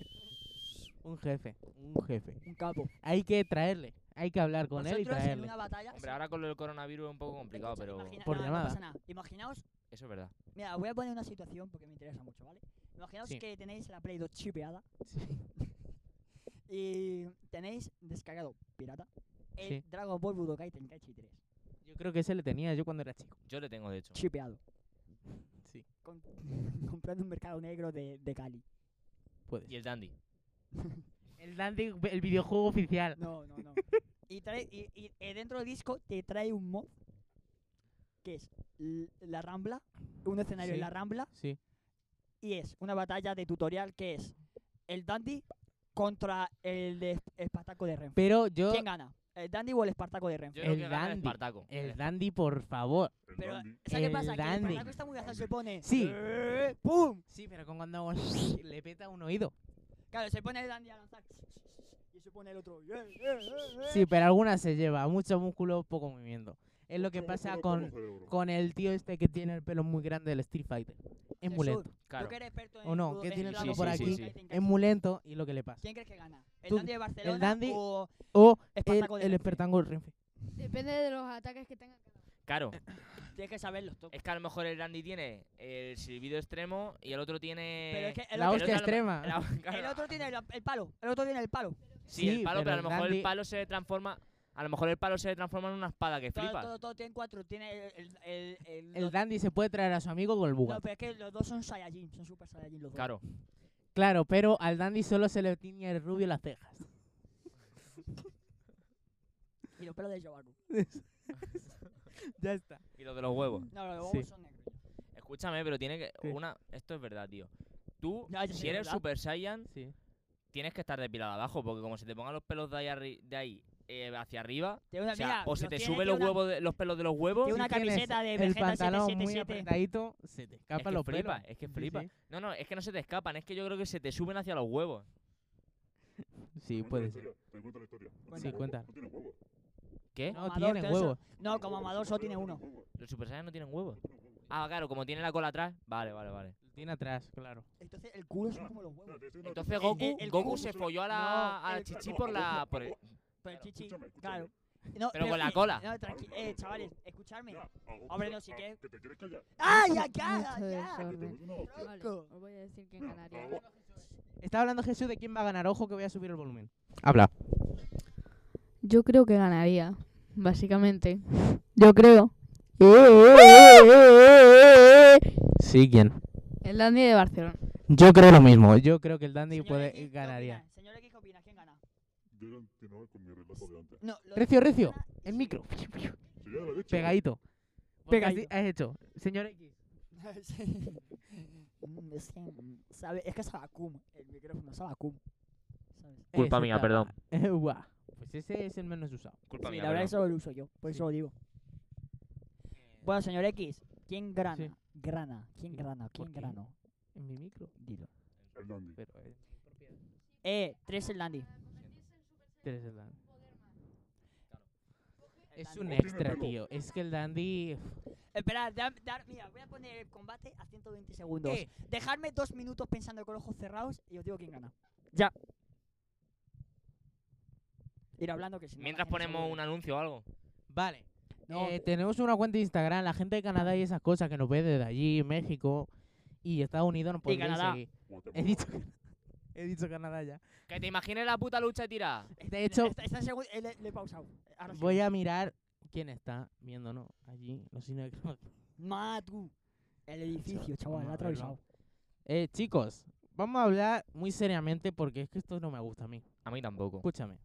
Speaker 3: Un jefe, un jefe.
Speaker 1: Un capo.
Speaker 3: Hay que traerle, hay que hablar con él y
Speaker 1: Vosotros en
Speaker 3: traerle.
Speaker 1: una batalla.
Speaker 6: Hombre, ahora con el coronavirus es un poco
Speaker 1: Escucha,
Speaker 6: complicado, pero.
Speaker 1: imagina-
Speaker 3: Por
Speaker 1: no, no
Speaker 3: llamada.
Speaker 1: pasa nada. Imaginaos.
Speaker 6: Eso es verdad.
Speaker 1: Mira, voy a poner una situación porque me interesa mucho, ¿vale? Imaginaos
Speaker 3: Sí.
Speaker 1: que tenéis la Play 2 chipeada
Speaker 3: Sí.
Speaker 1: y tenéis descargado pirata el
Speaker 3: Sí.
Speaker 1: Dragon Ball Budokai Tenkaichi 3.
Speaker 3: Yo creo que ese le tenía yo cuando era chico.
Speaker 6: Yo le tengo, de hecho.
Speaker 1: Chipeado.
Speaker 3: Sí.
Speaker 1: Con- <laughs> comprando un mercado negro de, de Cali.
Speaker 3: Puede.
Speaker 6: Y el dandy.
Speaker 3: El Dandy, el videojuego oficial.
Speaker 1: No, no, no. y, trae, y, y- y dentro del disco te trae un mod que es l- la Rambla, un escenario
Speaker 3: Sí.
Speaker 1: en la Rambla
Speaker 3: Sí.
Speaker 1: y es una batalla de tutorial que es el Dandy contra el de Esp- Espartaco de Renfe.
Speaker 3: Pero yo
Speaker 1: ¿Quién gana? ¿El Dandy o el Espartaco de Renfe?
Speaker 6: Yo creo
Speaker 3: El
Speaker 6: que gana
Speaker 3: Dandy.
Speaker 6: Espartaco.
Speaker 3: El Dandy, por favor.
Speaker 5: El
Speaker 1: Pero,
Speaker 5: dandy.
Speaker 1: ¿sabes qué
Speaker 3: El
Speaker 1: pasa? Que el
Speaker 3: Dandy.
Speaker 1: Espartaco está muy gazado, se pone...
Speaker 3: Sí.
Speaker 1: "Eh, <laughs> ¡Pum!
Speaker 3: Sí, pero con cuando <laughs> le peta un oído.
Speaker 1: Claro, se pone el Dandy a lanzar... Y se pone el otro... "Eh, eh, eh, eh".
Speaker 3: Sí, pero alguna se lleva. Mucho músculo, poco movimiento. Es lo que
Speaker 5: Solo
Speaker 3: pasa
Speaker 5: culo,
Speaker 3: con,
Speaker 5: poco cerebro.
Speaker 3: con el tío este que tiene el pelo muy grande del Street Fighter. Es muy
Speaker 1: Jesús,
Speaker 3: lento.
Speaker 6: Claro.
Speaker 1: Tú que eres experto en
Speaker 3: O no,
Speaker 1: judo-
Speaker 3: que
Speaker 1: en
Speaker 3: tiene
Speaker 6: el
Speaker 1: judo
Speaker 6: pelo por
Speaker 1: americano,
Speaker 6: aquí,
Speaker 1: ahí te encanta.
Speaker 3: Es muy lento y lo que le pasa.
Speaker 1: ¿Quién crees que gana? ¿El
Speaker 3: Tú-
Speaker 1: Dandy de Barcelona
Speaker 3: Dandy-
Speaker 1: o
Speaker 3: O el,
Speaker 1: Espartaco de
Speaker 3: el
Speaker 1: Renfe?
Speaker 3: Espartaco de Renfe.
Speaker 2: Depende de los ataques que tengan.
Speaker 6: Claro.
Speaker 1: Eh, Tienes que saberlo. tú.
Speaker 6: Es que a lo mejor el Dandy tiene el silbido extremo y el otro tiene.
Speaker 1: Pero es que el
Speaker 3: La
Speaker 1: otro-
Speaker 3: hostia
Speaker 6: pero es que a lo-
Speaker 3: extrema.
Speaker 6: <laughs> la- claro.
Speaker 1: El otro tiene el, el palo. El otro tiene el palo.
Speaker 6: Sí,
Speaker 3: Sí,
Speaker 6: el palo, pero,
Speaker 3: pero
Speaker 6: a lo
Speaker 3: el
Speaker 6: mejor
Speaker 3: Dandy-
Speaker 6: el palo se transforma. A lo mejor el palo se transforma en una espada que
Speaker 1: Todo,
Speaker 6: flipas.
Speaker 1: todo, todo tiene cuatro. Tiene el. el, el-
Speaker 3: El
Speaker 1: los-
Speaker 3: Dandy se puede traer a su amigo con el
Speaker 1: no,
Speaker 3: Bugatti.
Speaker 1: pero es que los dos son Saiyajin. Son super Saiyajin los dos.
Speaker 6: Claro.
Speaker 3: Claro, pero al Dandy solo se le tiñe el rubio las cejas.
Speaker 6: <laughs>
Speaker 1: Y los pelos de Yobaku.
Speaker 3: Ya está.
Speaker 6: Y lo de los huevos.
Speaker 3: Mm.
Speaker 1: No, los huevos
Speaker 3: Sí.
Speaker 1: son negros.
Speaker 6: Escúchame, pero tiene que.
Speaker 3: ¿Qué?
Speaker 6: Una. Esto es verdad, tío. Tú,
Speaker 1: Ya, ya sé,
Speaker 6: si eres
Speaker 1: ¿verdad?
Speaker 6: Super Saiyan,
Speaker 3: Sí.
Speaker 6: tienes que estar depilado abajo, porque como se te pongan los pelos de ahí, arri- de ahí eh, hacia arriba,
Speaker 1: Tiene una-
Speaker 6: o, sea,
Speaker 1: mira,
Speaker 6: o se
Speaker 1: los
Speaker 6: te
Speaker 1: tiene-
Speaker 6: suben
Speaker 1: tiene
Speaker 6: los,
Speaker 1: una-
Speaker 6: huevos de- los pelos de los huevos.
Speaker 1: Tiene
Speaker 6: es
Speaker 1: una
Speaker 3: tienes
Speaker 1: camiseta de
Speaker 3: el
Speaker 1: Vegeta
Speaker 3: pantalón muy
Speaker 1: 777.
Speaker 3: apretadito, se te escapan
Speaker 6: que
Speaker 3: los
Speaker 6: flipa,
Speaker 3: pelos.
Speaker 6: es que
Speaker 3: Sí,
Speaker 6: flipa.
Speaker 3: Sí,
Speaker 6: No, no, es que no se te escapan, es que yo creo que se te suben hacia los huevos.
Speaker 3: Sí,
Speaker 5: Te cuento
Speaker 3: puede
Speaker 5: la
Speaker 3: ser.
Speaker 5: historia, Te cuento la historia.
Speaker 3: Sí, cuenta.
Speaker 5: No tiene huevos.
Speaker 6: ¿Qué?
Speaker 3: No
Speaker 1: Amador,
Speaker 3: tiene
Speaker 1: todo eso-
Speaker 3: huevos.
Speaker 1: No, como Amador solo tiene uno.
Speaker 6: Los Super Saiyans no tienen huevos.
Speaker 5: No tiene huevos.
Speaker 6: Ah, claro, como tiene la cola atrás. Vale, vale, vale.
Speaker 3: Tiene atrás, claro.
Speaker 1: Entonces el culo son como los huevos.
Speaker 5: Espérate, estoy en la-
Speaker 6: Entonces
Speaker 1: el-
Speaker 6: Goku,
Speaker 1: el- el
Speaker 6: Goku
Speaker 1: Goku
Speaker 6: se
Speaker 5: solo-
Speaker 6: folló a la,
Speaker 1: No,
Speaker 6: a la
Speaker 1: el-
Speaker 6: chichi por la. por el-
Speaker 1: Pero el chichi.
Speaker 5: Escúchame, escúchame.
Speaker 1: Claro. No,
Speaker 6: con la
Speaker 1: sí,
Speaker 6: cola.
Speaker 1: No, tranqui eh, chavales, escuchadme.
Speaker 5: Ya, a Goku
Speaker 1: Hombre,
Speaker 5: se-
Speaker 1: no, si
Speaker 5: a-
Speaker 1: que-
Speaker 5: Que te quieres callar.
Speaker 1: ¡Ay, ya, ya,
Speaker 2: Mucho
Speaker 1: ya!
Speaker 5: Que te
Speaker 2: desorden.
Speaker 5: meto una hostia.
Speaker 2: Vale,
Speaker 1: Loco.
Speaker 2: os voy a decir quién
Speaker 5: Mira,
Speaker 2: ganaría.
Speaker 5: a Go-
Speaker 3: Está hablando Jesús de quién va a ganar. Ojo que voy a subir el volumen. Habla.
Speaker 2: Yo creo que ganaría, básicamente. Yo creo.
Speaker 3: Sí, ¿quién?
Speaker 2: El Dandy de Barcelona.
Speaker 3: Yo creo lo mismo. Yo creo que el Dandy
Speaker 1: Señor
Speaker 3: puede
Speaker 1: X, ¿qué
Speaker 3: ganaría.
Speaker 1: opina? Señor X, ¿qué opina? ¿Quién gana?
Speaker 5: Yo ya continuaba con mi relato de antes.
Speaker 1: No, lo de
Speaker 3: Recio, recio.
Speaker 1: gana-
Speaker 3: El micro.
Speaker 5: Sería de la leche.
Speaker 3: Pegadito.
Speaker 1: Pegadito.
Speaker 3: Porque así Has hecho. Señor X.
Speaker 1: <laughs> Sí. Mm, es que, mm, sabe, es que sabe a cum, el micrófono sabe a cum, ¿sabes?
Speaker 6: Culpa mía,
Speaker 3: Exacto. <laughs> Guau. Pues ese es el menos usado.
Speaker 6: Culpa
Speaker 1: Sí,
Speaker 6: mía.
Speaker 1: la verdad
Speaker 6: perdón.
Speaker 1: eso lo uso yo, por eso lo digo.
Speaker 6: Eh.
Speaker 1: Bueno, señor X, ¿quién grana?
Speaker 3: Sí.
Speaker 1: Grana, ¿quién
Speaker 3: Sí,
Speaker 1: grana?
Speaker 3: ¿por
Speaker 1: ¿Quién
Speaker 3: qué?
Speaker 1: grano?
Speaker 3: En mi micro.
Speaker 1: Dilo.
Speaker 5: El dandy.
Speaker 3: Pero eh,
Speaker 1: Eh, tres el dandy.
Speaker 3: tres el Dandy. Es
Speaker 1: Dandy.
Speaker 3: un
Speaker 5: No tiene
Speaker 3: extra,
Speaker 5: pelo.
Speaker 3: tío. Es que el Dandy.
Speaker 1: Espera, da- da- mira, voy a poner el combate a 120 segundos.
Speaker 3: Eh.
Speaker 1: Dejadme dos minutos pensando con los ojos cerrados y os digo quién gana.
Speaker 3: Ya.
Speaker 1: Ir hablando que si no, la
Speaker 6: Mientras
Speaker 1: gente se
Speaker 6: ponemos
Speaker 1: aburre.
Speaker 6: un anuncio o algo.
Speaker 3: Vale.
Speaker 1: No,
Speaker 3: Eh, tenemos una cuenta de Instagram, la gente de Canadá y esas cosas que nos ve desde allí, México y Estados Unidos nos podéis
Speaker 1: Canadá.
Speaker 3: seguir. <laughs>
Speaker 5: Guatemala.
Speaker 3: He dicho, he dicho Canadá ya.
Speaker 6: Que te imagines la puta lucha tirada.
Speaker 3: De hecho,
Speaker 1: Está- está en segun- eh, le, le he pausado. Ahora sí.
Speaker 3: voy a mirar quién está viéndonos allí. Los cines de Canadá.
Speaker 1: Matu. El edificio, chaval, la ha
Speaker 3: Madre
Speaker 1: atravesado.
Speaker 3: Eh, chicos, vamos a hablar muy seriamente porque es que esto no me gusta a mí.
Speaker 6: A mí tampoco.
Speaker 3: Escúchame.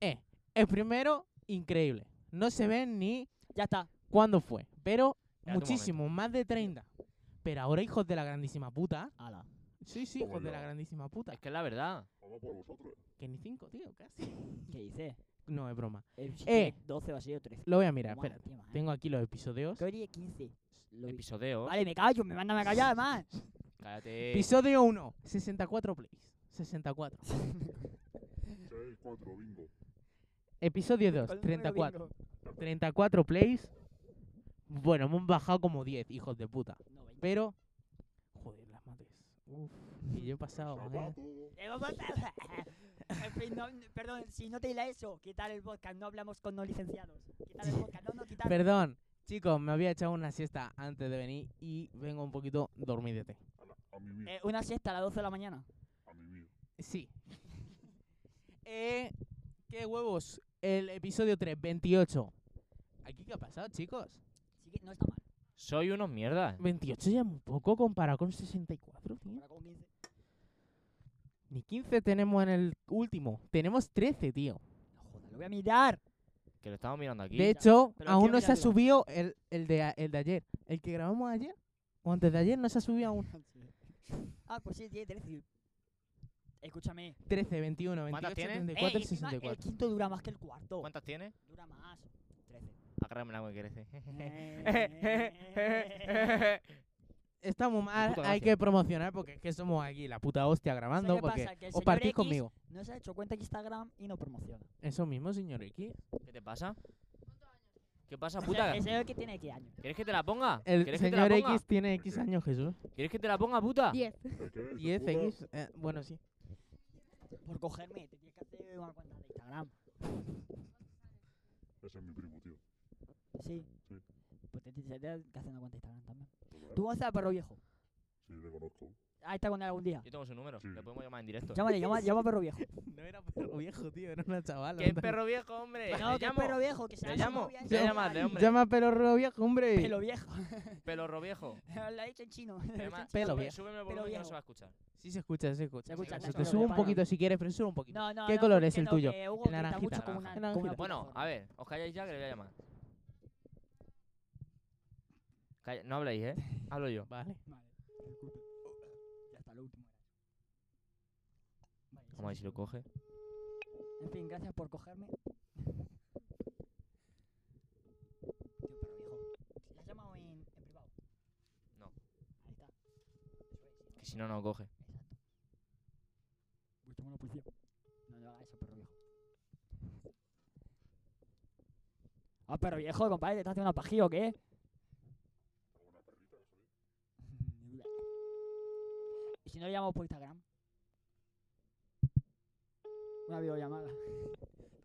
Speaker 3: Eh, el primero, increíble. No se ve ni
Speaker 1: Ya está.
Speaker 3: cuándo fue, pero
Speaker 6: Espérate un
Speaker 3: muchísimo, más de 30. Pero ahora, hijos de la grandísima puta.
Speaker 1: Ala.
Speaker 3: Sí, sí, hijos de la
Speaker 5: Hola.
Speaker 3: grandísima puta.
Speaker 6: Es que es la verdad.
Speaker 5: Vamos por vosotros.
Speaker 3: Que ni cinco, tío, casi.
Speaker 1: ¿Qué dice?
Speaker 3: No, es broma.
Speaker 1: El
Speaker 3: Eh.
Speaker 1: 12 o así o 13.
Speaker 3: Lo voy a mirar,
Speaker 1: Madre
Speaker 3: espérate.
Speaker 1: mía, madre.
Speaker 3: Tengo aquí los episodios.
Speaker 1: Cory 15. Lo vi.
Speaker 6: Episodeo.
Speaker 1: Vale, me callo, me mandan a callar <laughs> además.
Speaker 6: Cállate.
Speaker 3: Episodio 1, 64 plays. 64.
Speaker 5: 6, 4, bingo.
Speaker 3: Episodio
Speaker 1: Con
Speaker 3: 2,
Speaker 1: el número
Speaker 3: 34.
Speaker 1: bingo.
Speaker 3: 34 plays. Bueno, hemos bajado como 10, hijos de puta.
Speaker 1: No, veinte.
Speaker 3: Pero. Joder, las mates. Uf, y yo he pasado. madre.
Speaker 5: Zapato.
Speaker 1: Eh, vamos a- <laughs> En fin, no- perdón, si no te hila eso, quitar el podcast, no hablamos con no licenciados. Quitar el podcast, no, no, quitar.
Speaker 3: Perdón, chicos, me había echado una siesta antes de venir y vengo un poquito dormidete.
Speaker 5: A mimir,
Speaker 1: Eh, una siesta a las 12 de la mañana. <laughs>
Speaker 5: a mimir.
Speaker 3: Sí. eh, ¿Qué huevos? El episodio 3, 28. ¿Aquí qué ha pasado, chicos?
Speaker 1: Así que no está mal.
Speaker 6: Soy unos mierdas.
Speaker 3: 28 ya es muy poco comparado con 64, tío.
Speaker 1: Ahora con 15.
Speaker 3: Ni 15 tenemos en el último. Tenemos 13, tío.
Speaker 1: No jodas, lo voy a mirar.
Speaker 6: Que lo estamos mirando aquí.
Speaker 3: De hecho,
Speaker 1: Pero
Speaker 3: aún
Speaker 1: quiero
Speaker 3: no se ha
Speaker 1: mirarlo.
Speaker 3: subido el, el, de, a- el de ayer. El que grabamos ayer o antes de ayer no se ha subido aún.
Speaker 1: Ah, pues sí, tiene 13. Escúchame.
Speaker 3: 13, 21, 28,
Speaker 6: ¿Cuántas tiene?
Speaker 3: 34
Speaker 1: Ey,
Speaker 3: y
Speaker 1: encima
Speaker 3: 64.
Speaker 1: El quinto dura más que el cuarto.
Speaker 6: ¿Cuántas tiene?
Speaker 1: Dura más. 13.
Speaker 6: Agárrame la que quieres.
Speaker 3: <laughs>
Speaker 1: Eh,
Speaker 3: Está muy mal,
Speaker 6: puta
Speaker 3: hay
Speaker 6: gracia.
Speaker 3: que promocionar porque es que somos aquí la puta hostia grabando
Speaker 1: qué
Speaker 3: porque
Speaker 1: pasa? Que el
Speaker 3: os
Speaker 1: señor
Speaker 3: partís
Speaker 1: X-
Speaker 3: conmigo.
Speaker 1: No se ha hecho cuenta que Instagram y no promociona.
Speaker 3: Eso mismo, señor X.
Speaker 6: ¿Qué te pasa? ¿Qué pasa,
Speaker 1: O sea,
Speaker 6: puta?
Speaker 1: ese es el que tiene qué años.
Speaker 6: ¿Quieres que te la ponga?
Speaker 3: El
Speaker 6: ¿Quieres que te la
Speaker 3: señor
Speaker 6: ponga?
Speaker 3: X tiene X años, <laughs> Jesús.
Speaker 6: ¿Quieres que te la ponga, puta?
Speaker 2: 10.
Speaker 5: ¿Qué es?
Speaker 3: 10
Speaker 5: puta?
Speaker 3: X. eh, bueno, sí.
Speaker 1: Por cogerme, te tienes que hacer una cuenta de Instagram.
Speaker 5: Ese es mi primo, tío.
Speaker 1: Sí.
Speaker 3: Mm.
Speaker 5: Sí.
Speaker 1: Pues te tienes que hacer una cuenta de Instagram también. ¿Tú conoces a Perro Viejo?
Speaker 5: Sí, le conozco.
Speaker 1: Ahí está con él algún día.
Speaker 6: Yo tengo su número.
Speaker 5: Sí.
Speaker 6: Le podemos llamar en directo.
Speaker 1: Llámale, llama, llama a Perro Viejo.
Speaker 3: <laughs> No era perro viejo, tío, <laughs> era una chavala.
Speaker 6: ¿Qué perro viejo,
Speaker 3: Eh,
Speaker 6: hombre?
Speaker 1: No,
Speaker 6: le
Speaker 1: que es
Speaker 6: llamo.
Speaker 1: Perro Viejo, que se
Speaker 6: le
Speaker 1: haga
Speaker 6: llamo.
Speaker 1: novia y
Speaker 6: Voy a
Speaker 1: se
Speaker 6: llamarle,
Speaker 1: vaya.
Speaker 6: hombre.
Speaker 3: Llama perro viejo, hombre.
Speaker 1: Pelo Viejo. <laughs>
Speaker 6: Pelorro viejo.
Speaker 1: Lo he dicho en chino. <laughs>
Speaker 6: Además,
Speaker 3: Pelo
Speaker 6: súbeme-
Speaker 3: viejo.
Speaker 6: Súbeme el volumen que no
Speaker 1: viejo.
Speaker 6: se va a escuchar.
Speaker 3: Sí se escucha, se escucha.
Speaker 1: Se escucha,
Speaker 3: Eso,
Speaker 1: se
Speaker 3: te
Speaker 1: escucha.
Speaker 3: subo un
Speaker 1: Vale.
Speaker 3: poquito si quieres, pero sube un poquito.
Speaker 1: No, no,
Speaker 3: ¿Qué
Speaker 1: no,
Speaker 3: color
Speaker 1: que
Speaker 3: es el
Speaker 1: no,
Speaker 3: tuyo?
Speaker 1: que Hugo
Speaker 3: El
Speaker 1: grita
Speaker 3: naranjita.
Speaker 1: mucho con una-
Speaker 3: El
Speaker 1: con una
Speaker 3: naranjita.
Speaker 6: Bueno,
Speaker 1: plataforma.
Speaker 6: a ver, os calláis ya que le voy a llamar. Calla- no habléis, ¿eh? Hablo yo.
Speaker 3: Vale.
Speaker 1: Vale, disculpe. Ya está, lo último. Vale,
Speaker 6: Vamos a ver si lo coge.
Speaker 1: En fin, gracias por cogerme. Tío, perro viejo. ¿La has llamado en, en privado?
Speaker 6: No.
Speaker 1: Ahí está. Eso
Speaker 6: Que
Speaker 1: es.
Speaker 6: si no, no lo coge.
Speaker 1: Exacto. Voy a llamar a la policía. No le hagas eso, perro viejo. Ah, perro viejo, compadre, ¿te estás haciendo una pajilla o qué? ¿Y si no le llamamos por Instagram? Una videollamada.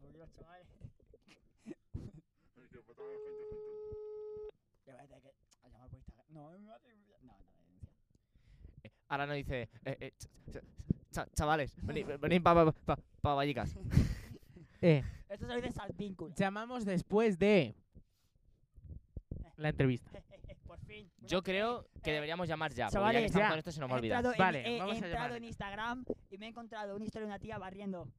Speaker 1: Porque los chavales.
Speaker 5: Ey, que me trae gente, gente.
Speaker 1: Le voy a tener que a llamar por Instagram. No, me va a tener que- no, no, denuncia.
Speaker 6: Eh, Ahora no dice. eh, eh, ch- ch- ch- chavales, venid, venid pa, pa, pa, pa Vallecas.
Speaker 3: Eh,
Speaker 1: Esto se lo dice Salvíncula.
Speaker 3: llamamos después de la entrevista.
Speaker 1: Eh. por fin.
Speaker 6: Yo creo que
Speaker 1: Eh,
Speaker 6: deberíamos llamar ya. Porque ya
Speaker 1: chavales,
Speaker 6: que estamos
Speaker 3: ya.
Speaker 6: con esto se nos va a
Speaker 1: He
Speaker 6: olvidar. <laughs>
Speaker 1: entrado, en,
Speaker 3: Vale,
Speaker 1: he- he
Speaker 3: vamos a
Speaker 1: entrado
Speaker 3: llamar.
Speaker 1: en Instagram y me he encontrado una historia de una tía barriendo.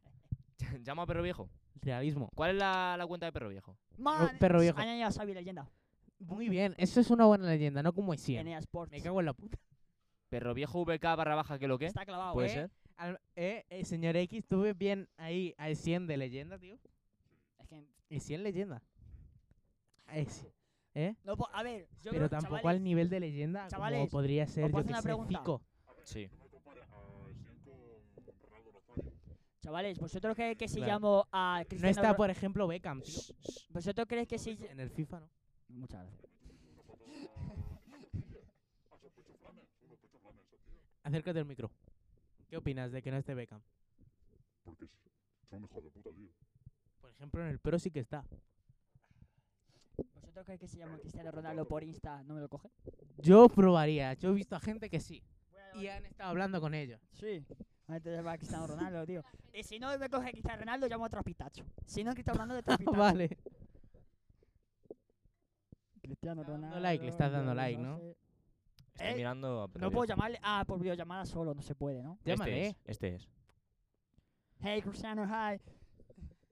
Speaker 6: Llamo a Perro Viejo.
Speaker 3: Realismo.
Speaker 6: ¿Cuál es la, la cuenta de Perro Viejo?
Speaker 1: Man,
Speaker 3: Uh, perro viejo.
Speaker 1: Han añadido a Xavi leyenda.
Speaker 3: Muy bien, eso es una buena leyenda, no como es
Speaker 1: En
Speaker 3: 100.
Speaker 1: EA Sports.
Speaker 3: Me cago en la puta.
Speaker 6: Perro Viejo VK barra baja, que lo que?
Speaker 1: Está clavado,
Speaker 6: Puede
Speaker 1: eh.
Speaker 6: ser.
Speaker 3: Al- eh, eh, señor X, tuve bien ahí a 100 de leyenda, tío.
Speaker 1: Es que
Speaker 3: Y 100 leyenda. Es- ¿Eh?
Speaker 1: no po- a ver, yo
Speaker 3: Pero
Speaker 1: creo,
Speaker 3: tampoco al
Speaker 1: chavales,
Speaker 3: nivel de leyenda como
Speaker 1: chavales,
Speaker 3: podría ser
Speaker 1: puedo
Speaker 3: yo
Speaker 1: hacer
Speaker 3: que
Speaker 1: una
Speaker 3: sé,
Speaker 1: pregunta?
Speaker 3: Zico.
Speaker 6: Sí.
Speaker 5: No me compares a Sien con Ronaldo Nazario.
Speaker 1: chavales, vosotros creéis que si
Speaker 3: Claro.
Speaker 1: llamo a
Speaker 3: No
Speaker 1: Cristiano
Speaker 3: está,
Speaker 1: Ro-
Speaker 3: por ejemplo, Beckham, tío. Pues
Speaker 1: vosotros creéis que si
Speaker 3: En el FIFA, ¿no?
Speaker 1: Muchas gracias.
Speaker 5: Ah, son pechos flanes, son unos pechos flanes, esos, tío.
Speaker 3: Acércate al micro. ¿Qué opinas de que no esté Beckham?
Speaker 5: Porque es- son hijos de puta, tío.
Speaker 3: Por ejemplo, en el Pro sí que está.
Speaker 1: ¿Vosotros creéis que si llamo a Cristiano Ronaldo por Insta no me lo coge?
Speaker 3: Yo probaría. Yo he visto a gente que sí. Y han estado hablando con
Speaker 1: <laughs>
Speaker 3: ellos.
Speaker 1: Sí. Entonces va Cristiano Ronaldo,
Speaker 3: <laughs>
Speaker 1: tío. Y si no me coge Cristiano Ronaldo, llamo a Trapistacho. Si no, Cristiano Ronaldo, Trapistacho.
Speaker 3: <laughs> vale.
Speaker 1: Cristiano
Speaker 3: Está dando
Speaker 1: Ronaldo.
Speaker 3: like, le estás dando
Speaker 1: Lionel
Speaker 3: like, ¿no?
Speaker 1: Messi.
Speaker 6: Estoy
Speaker 1: Eh,
Speaker 6: mirando a Perro
Speaker 1: No puedo eh.
Speaker 6: Viejo.
Speaker 1: llamarle. Ah, por videollamada solo, no se puede, ¿no?
Speaker 3: Llámale.
Speaker 6: Este es. Este es.
Speaker 1: Hey, Cristiano, hi.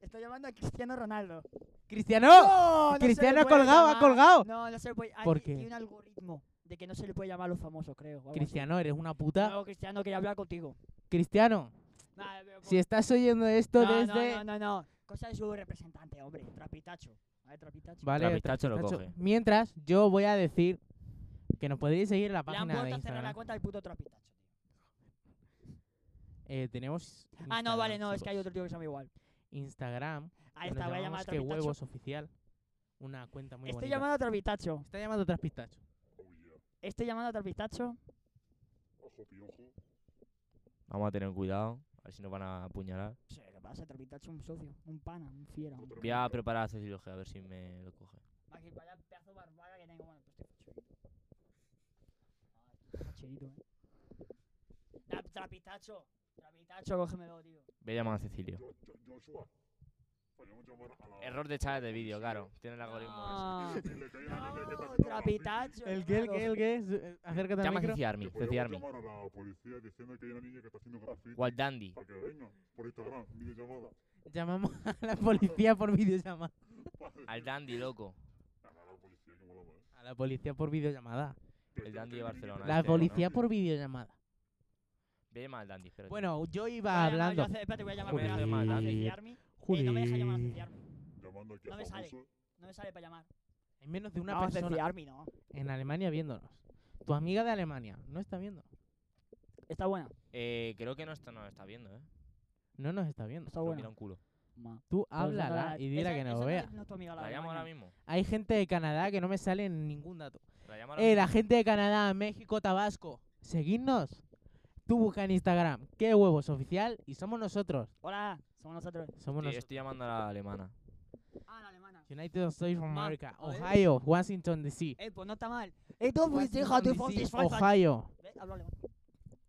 Speaker 1: Estoy llamando a Cristiano Ronaldo.
Speaker 3: ¡Cristiano!
Speaker 1: ¡No! no se le
Speaker 3: ¡Cristiano ha
Speaker 1: puede
Speaker 3: colgado, ha
Speaker 1: llamar.
Speaker 3: colgado!
Speaker 1: No, no se le puede. Hay,
Speaker 3: ¿Por
Speaker 1: hay
Speaker 3: qué?
Speaker 1: un algoritmo de que no se le puede llamar a los famosos, creo. o algo así.
Speaker 3: Cristiano, eres una puta.
Speaker 1: No, Cristiano, quería hablar contigo.
Speaker 3: Cristiano,
Speaker 1: Nah, pero por-
Speaker 3: si estás oyendo esto
Speaker 1: no, no,
Speaker 3: desde...
Speaker 1: no, no, no. Cosa de su representante, hombre. Trapitacho. A ver, Trapitacho.
Speaker 3: Vale,
Speaker 6: Trapistacho lo
Speaker 3: Trapistacho.
Speaker 6: coge.
Speaker 3: Mientras, yo voy a decir que nos podéis seguir en
Speaker 1: Le
Speaker 3: la
Speaker 1: han
Speaker 3: página de
Speaker 1: vuelto a cerrar
Speaker 3: Instagram.
Speaker 1: la cuenta al puto Trapitacho.
Speaker 3: Eh, tenemos
Speaker 1: Ah, no, vale, no.
Speaker 3: Instagram,
Speaker 1: Es que hay otro tío que se llama igual.
Speaker 3: chicos. Instagram.
Speaker 1: Ahí
Speaker 3: que nos
Speaker 1: está, voy a llamar
Speaker 3: llamamos
Speaker 1: a
Speaker 3: que
Speaker 1: Trapitacho.
Speaker 3: huevos oficial. Una cuenta muy
Speaker 1: Estoy
Speaker 3: bonita.
Speaker 1: llamando a Trapitacho.
Speaker 3: Está llamando tras pistacho.
Speaker 5: Oh, yeah.
Speaker 1: Estoy llamando a Trapitacho.
Speaker 5: Ojo, piojo.
Speaker 6: Vamos a tener cuidado. A ver si nos van a apuñalar.
Speaker 1: Sí, ¿qué pasa? Trapitacho un socio, un pana, un fiera. Un...
Speaker 5: Otro
Speaker 6: Voy a
Speaker 5: mundo.
Speaker 6: preparar a Cecilio G, a ver si me lo coge.
Speaker 1: Aquí, vaya pedazo de barbara que tengo. Bueno, pues estoy facherito. Ah, facherito, eh. Tra- Trapitacho, trapitacho, cógemelo, tío.
Speaker 6: Voy a llamar a Cecilio.
Speaker 5: Yo- yo- Joshua. Podríamos llamar a la-
Speaker 6: Error de chat de vídeo, claro. Tiene el algoritmo.
Speaker 1: Ah, <laughs>
Speaker 5: Dile que hay alguien que está
Speaker 1: no,
Speaker 5: haciendo la
Speaker 1: trapitacho.
Speaker 3: El que, el que, el que. su- eh, Acércate al
Speaker 6: Llama a
Speaker 3: micro.
Speaker 6: Ceci Army.
Speaker 5: Que
Speaker 6: Ceci
Speaker 5: podríamos
Speaker 6: Army.
Speaker 5: llamar a la policía diciendo que hay una niña que está haciendo graffiti
Speaker 6: Waldandi.
Speaker 5: para que venga por Instagram, videollamada.
Speaker 3: Llamamos a la policía por videollamada.
Speaker 6: Al Dandy, loco.
Speaker 5: Llamar a la policía, que molaba, ¿eh?
Speaker 3: A la policía por videollamada.
Speaker 5: Pero
Speaker 6: El
Speaker 5: tiene
Speaker 6: Dandy
Speaker 5: que venir y
Speaker 6: de
Speaker 5: que
Speaker 6: Barcelona,
Speaker 5: te
Speaker 6: La
Speaker 3: La
Speaker 5: haga
Speaker 6: este.
Speaker 5: graffiti.
Speaker 3: policía por videollamada.
Speaker 6: Voy a llamar al Dandy, espérate.
Speaker 3: Bueno, yo
Speaker 1: Voy
Speaker 3: iba
Speaker 1: a llamar yo
Speaker 3: hablando.
Speaker 1: a Ce- Espérate, voy a llamar
Speaker 6: Joder.
Speaker 1: voy a llamar a Ceciarmi. Eh, no me deja llamar a Ceciarmi.
Speaker 5: Llamando aquí
Speaker 1: No
Speaker 5: a
Speaker 1: me sale.
Speaker 5: famoso.
Speaker 1: No me sale para llamar.
Speaker 3: Hay menos de una
Speaker 1: no,
Speaker 3: persona
Speaker 1: Ceciarmi no.
Speaker 3: en Alemania viéndonos. Tu amiga de Alemania no está viendo.
Speaker 1: Está buena.
Speaker 6: Eh, creo que no está, no está viendo,
Speaker 1: Ah,
Speaker 6: ¿eh?
Speaker 3: No nos está viendo.
Speaker 1: Está
Speaker 6: Pero
Speaker 1: buena.
Speaker 6: mira un culo.
Speaker 1: Ma. pues
Speaker 3: Tú
Speaker 1: Pero esa no
Speaker 3: háblala
Speaker 1: la-
Speaker 3: y dile
Speaker 1: esa-
Speaker 3: que
Speaker 1: esa
Speaker 3: nos
Speaker 1: no
Speaker 3: vea.
Speaker 1: es- no es tu amiga la
Speaker 6: La llamo
Speaker 1: Alemania.
Speaker 6: ahora mismo.
Speaker 3: Hay gente de Canadá que no me sale en ningún dato.
Speaker 6: La llamo ahora
Speaker 3: Eh,
Speaker 6: mismo.
Speaker 3: la gente de Canadá, México, Tabasco, seguidnos. Tú busca en Instagram, qué huevos oficial, y somos nosotros.
Speaker 1: Hola, somos nosotros.
Speaker 3: Somos
Speaker 6: Sí,
Speaker 3: nosotros.
Speaker 6: estoy llamando a
Speaker 3: eh,
Speaker 6: la alemana.
Speaker 1: Ah, la alemana.
Speaker 3: United States of
Speaker 1: Ma,
Speaker 3: America,
Speaker 1: a ver.
Speaker 3: Ohio, Washington DC.
Speaker 1: Eh, pues no está mal. Eh, tú, pues, hija, tú,
Speaker 3: Washington,
Speaker 1: pues,
Speaker 3: DC,
Speaker 1: pues,
Speaker 3: Ohio.
Speaker 1: ¿Ves? Hablo alemán.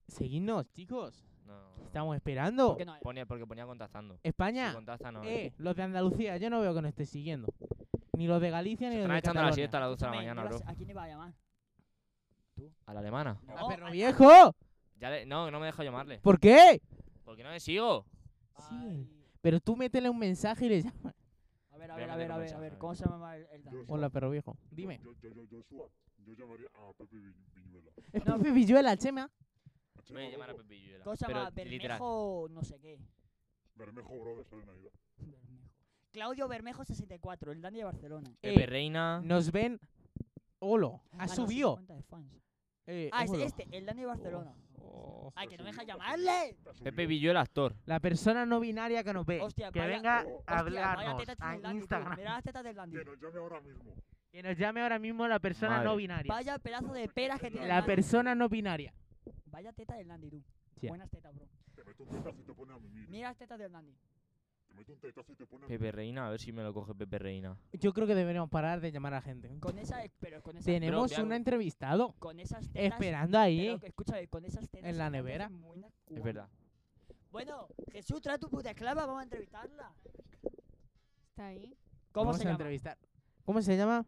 Speaker 3: Seguidnos, chicos.
Speaker 6: No.
Speaker 3: ¿Qué Estamos esperando.
Speaker 1: ¿Por qué no? eh?
Speaker 6: Ponía, porque ponía contactando. Si
Speaker 3: España,
Speaker 6: contacta no.
Speaker 3: eh, los de Andalucía, yo no veo que nos estés siguiendo. Ni los de Galicia, ni
Speaker 6: Se
Speaker 3: los
Speaker 6: están
Speaker 3: de
Speaker 6: echando la
Speaker 3: Cataluña.
Speaker 6: siesta a las 12 de la
Speaker 1: Escúchame,
Speaker 6: mañana,
Speaker 1: ibas-
Speaker 6: bro.
Speaker 1: ¿A quién iba a llamar?
Speaker 6: A la alemana.
Speaker 3: ¡Ah,
Speaker 1: No,
Speaker 3: perro
Speaker 1: a-
Speaker 3: viejo!
Speaker 6: Ya le- no, no me deja llamarle.
Speaker 3: ¿Por qué?
Speaker 6: Porque no le sigo.
Speaker 3: Sí.
Speaker 1: Ay.
Speaker 3: Pero tú métele un mensaje y le llamas.
Speaker 1: A ver, a
Speaker 6: Voy a
Speaker 1: ver, a ver,
Speaker 6: meter un
Speaker 1: a ver, a
Speaker 6: mensaje,
Speaker 1: ver.
Speaker 6: a
Speaker 1: ¿Cómo
Speaker 6: ver.
Speaker 1: se llama el, el Dan?
Speaker 5: Yo-
Speaker 3: Hola, perro viejo. <laughs> Dime.
Speaker 5: Yo, yo, yo, yo, Joshua. Yo llamaría a Pepe Vi- Viñuela.
Speaker 3: Es Pepe Villuela, Chema.
Speaker 5: A
Speaker 6: Voy a
Speaker 5: Chema
Speaker 6: llamar a
Speaker 5: Rojo,
Speaker 6: Pepe Villuela.
Speaker 1: ¿Cómo se llama?
Speaker 6: Pero, literal.
Speaker 1: Bermejo, no sé qué.
Speaker 5: Bermejo Brothers sale en Navidad.
Speaker 1: Bermejo. Claudio Bermejo 64, el Dani de Barcelona.
Speaker 6: Pepe
Speaker 3: Eh,
Speaker 6: Reina.
Speaker 3: Nos ven. Olo,
Speaker 1: Ah,
Speaker 3: ha
Speaker 1: no,
Speaker 3: subido.
Speaker 1: 50 de fans.
Speaker 3: Eh,
Speaker 1: Ah, es
Speaker 3: Olo.
Speaker 1: este, el Dani de Barcelona.
Speaker 3: Oh.
Speaker 1: Ay, que no me deja
Speaker 5: Está subido,
Speaker 1: llamarle.
Speaker 5: está subido.
Speaker 6: Pepe Villuela, actor.
Speaker 3: La persona no binaria que nos ve.
Speaker 1: Hostia,
Speaker 3: que
Speaker 1: vaya-
Speaker 3: venga a
Speaker 1: Hostia, vaya tetas
Speaker 3: hablarnos
Speaker 1: tiene este el Dani,
Speaker 3: a
Speaker 1: tú.
Speaker 3: Instagram.
Speaker 1: Mira las tetas del Dani.
Speaker 5: Que nos llame ahora mismo.
Speaker 3: Que nos llame ahora mismo la persona
Speaker 6: Madre.
Speaker 3: no binaria.
Speaker 1: Vaya pedazo de peras que tiene. el
Speaker 3: La
Speaker 1: Dani.
Speaker 3: persona no binaria.
Speaker 1: Vaya teta del Dandy, tú.
Speaker 3: Hostia.
Speaker 1: Buenas tetas, bro.
Speaker 5: Te meto un tetazo y te pone a mimir.
Speaker 1: Mira las tetas del Dandy.
Speaker 5: Te meto un tetazo y te pone a mimir.
Speaker 6: Pepe Reina, a ver si me lo coge Pepe Reina.
Speaker 3: Yo creo que deberíamos parar de llamar a gente.
Speaker 1: Con esa, pero con esa,
Speaker 3: Tenemos
Speaker 6: Pero,
Speaker 3: un entrevistado
Speaker 1: con esas tetas.
Speaker 3: esperando ahí.
Speaker 1: Pero, que- escúchame, con esas tetas.
Speaker 3: En la
Speaker 1: gigantes
Speaker 3: nevera.
Speaker 1: muy na-
Speaker 6: Es verdad.
Speaker 1: Bueno, Jesús, trae tu puta esclava, vamos a entrevistarla.
Speaker 2: Está ahí.
Speaker 1: ¿Cómo
Speaker 3: Vamos
Speaker 1: se
Speaker 3: a
Speaker 1: llama?
Speaker 3: entrevistar. ¿Cómo se llama?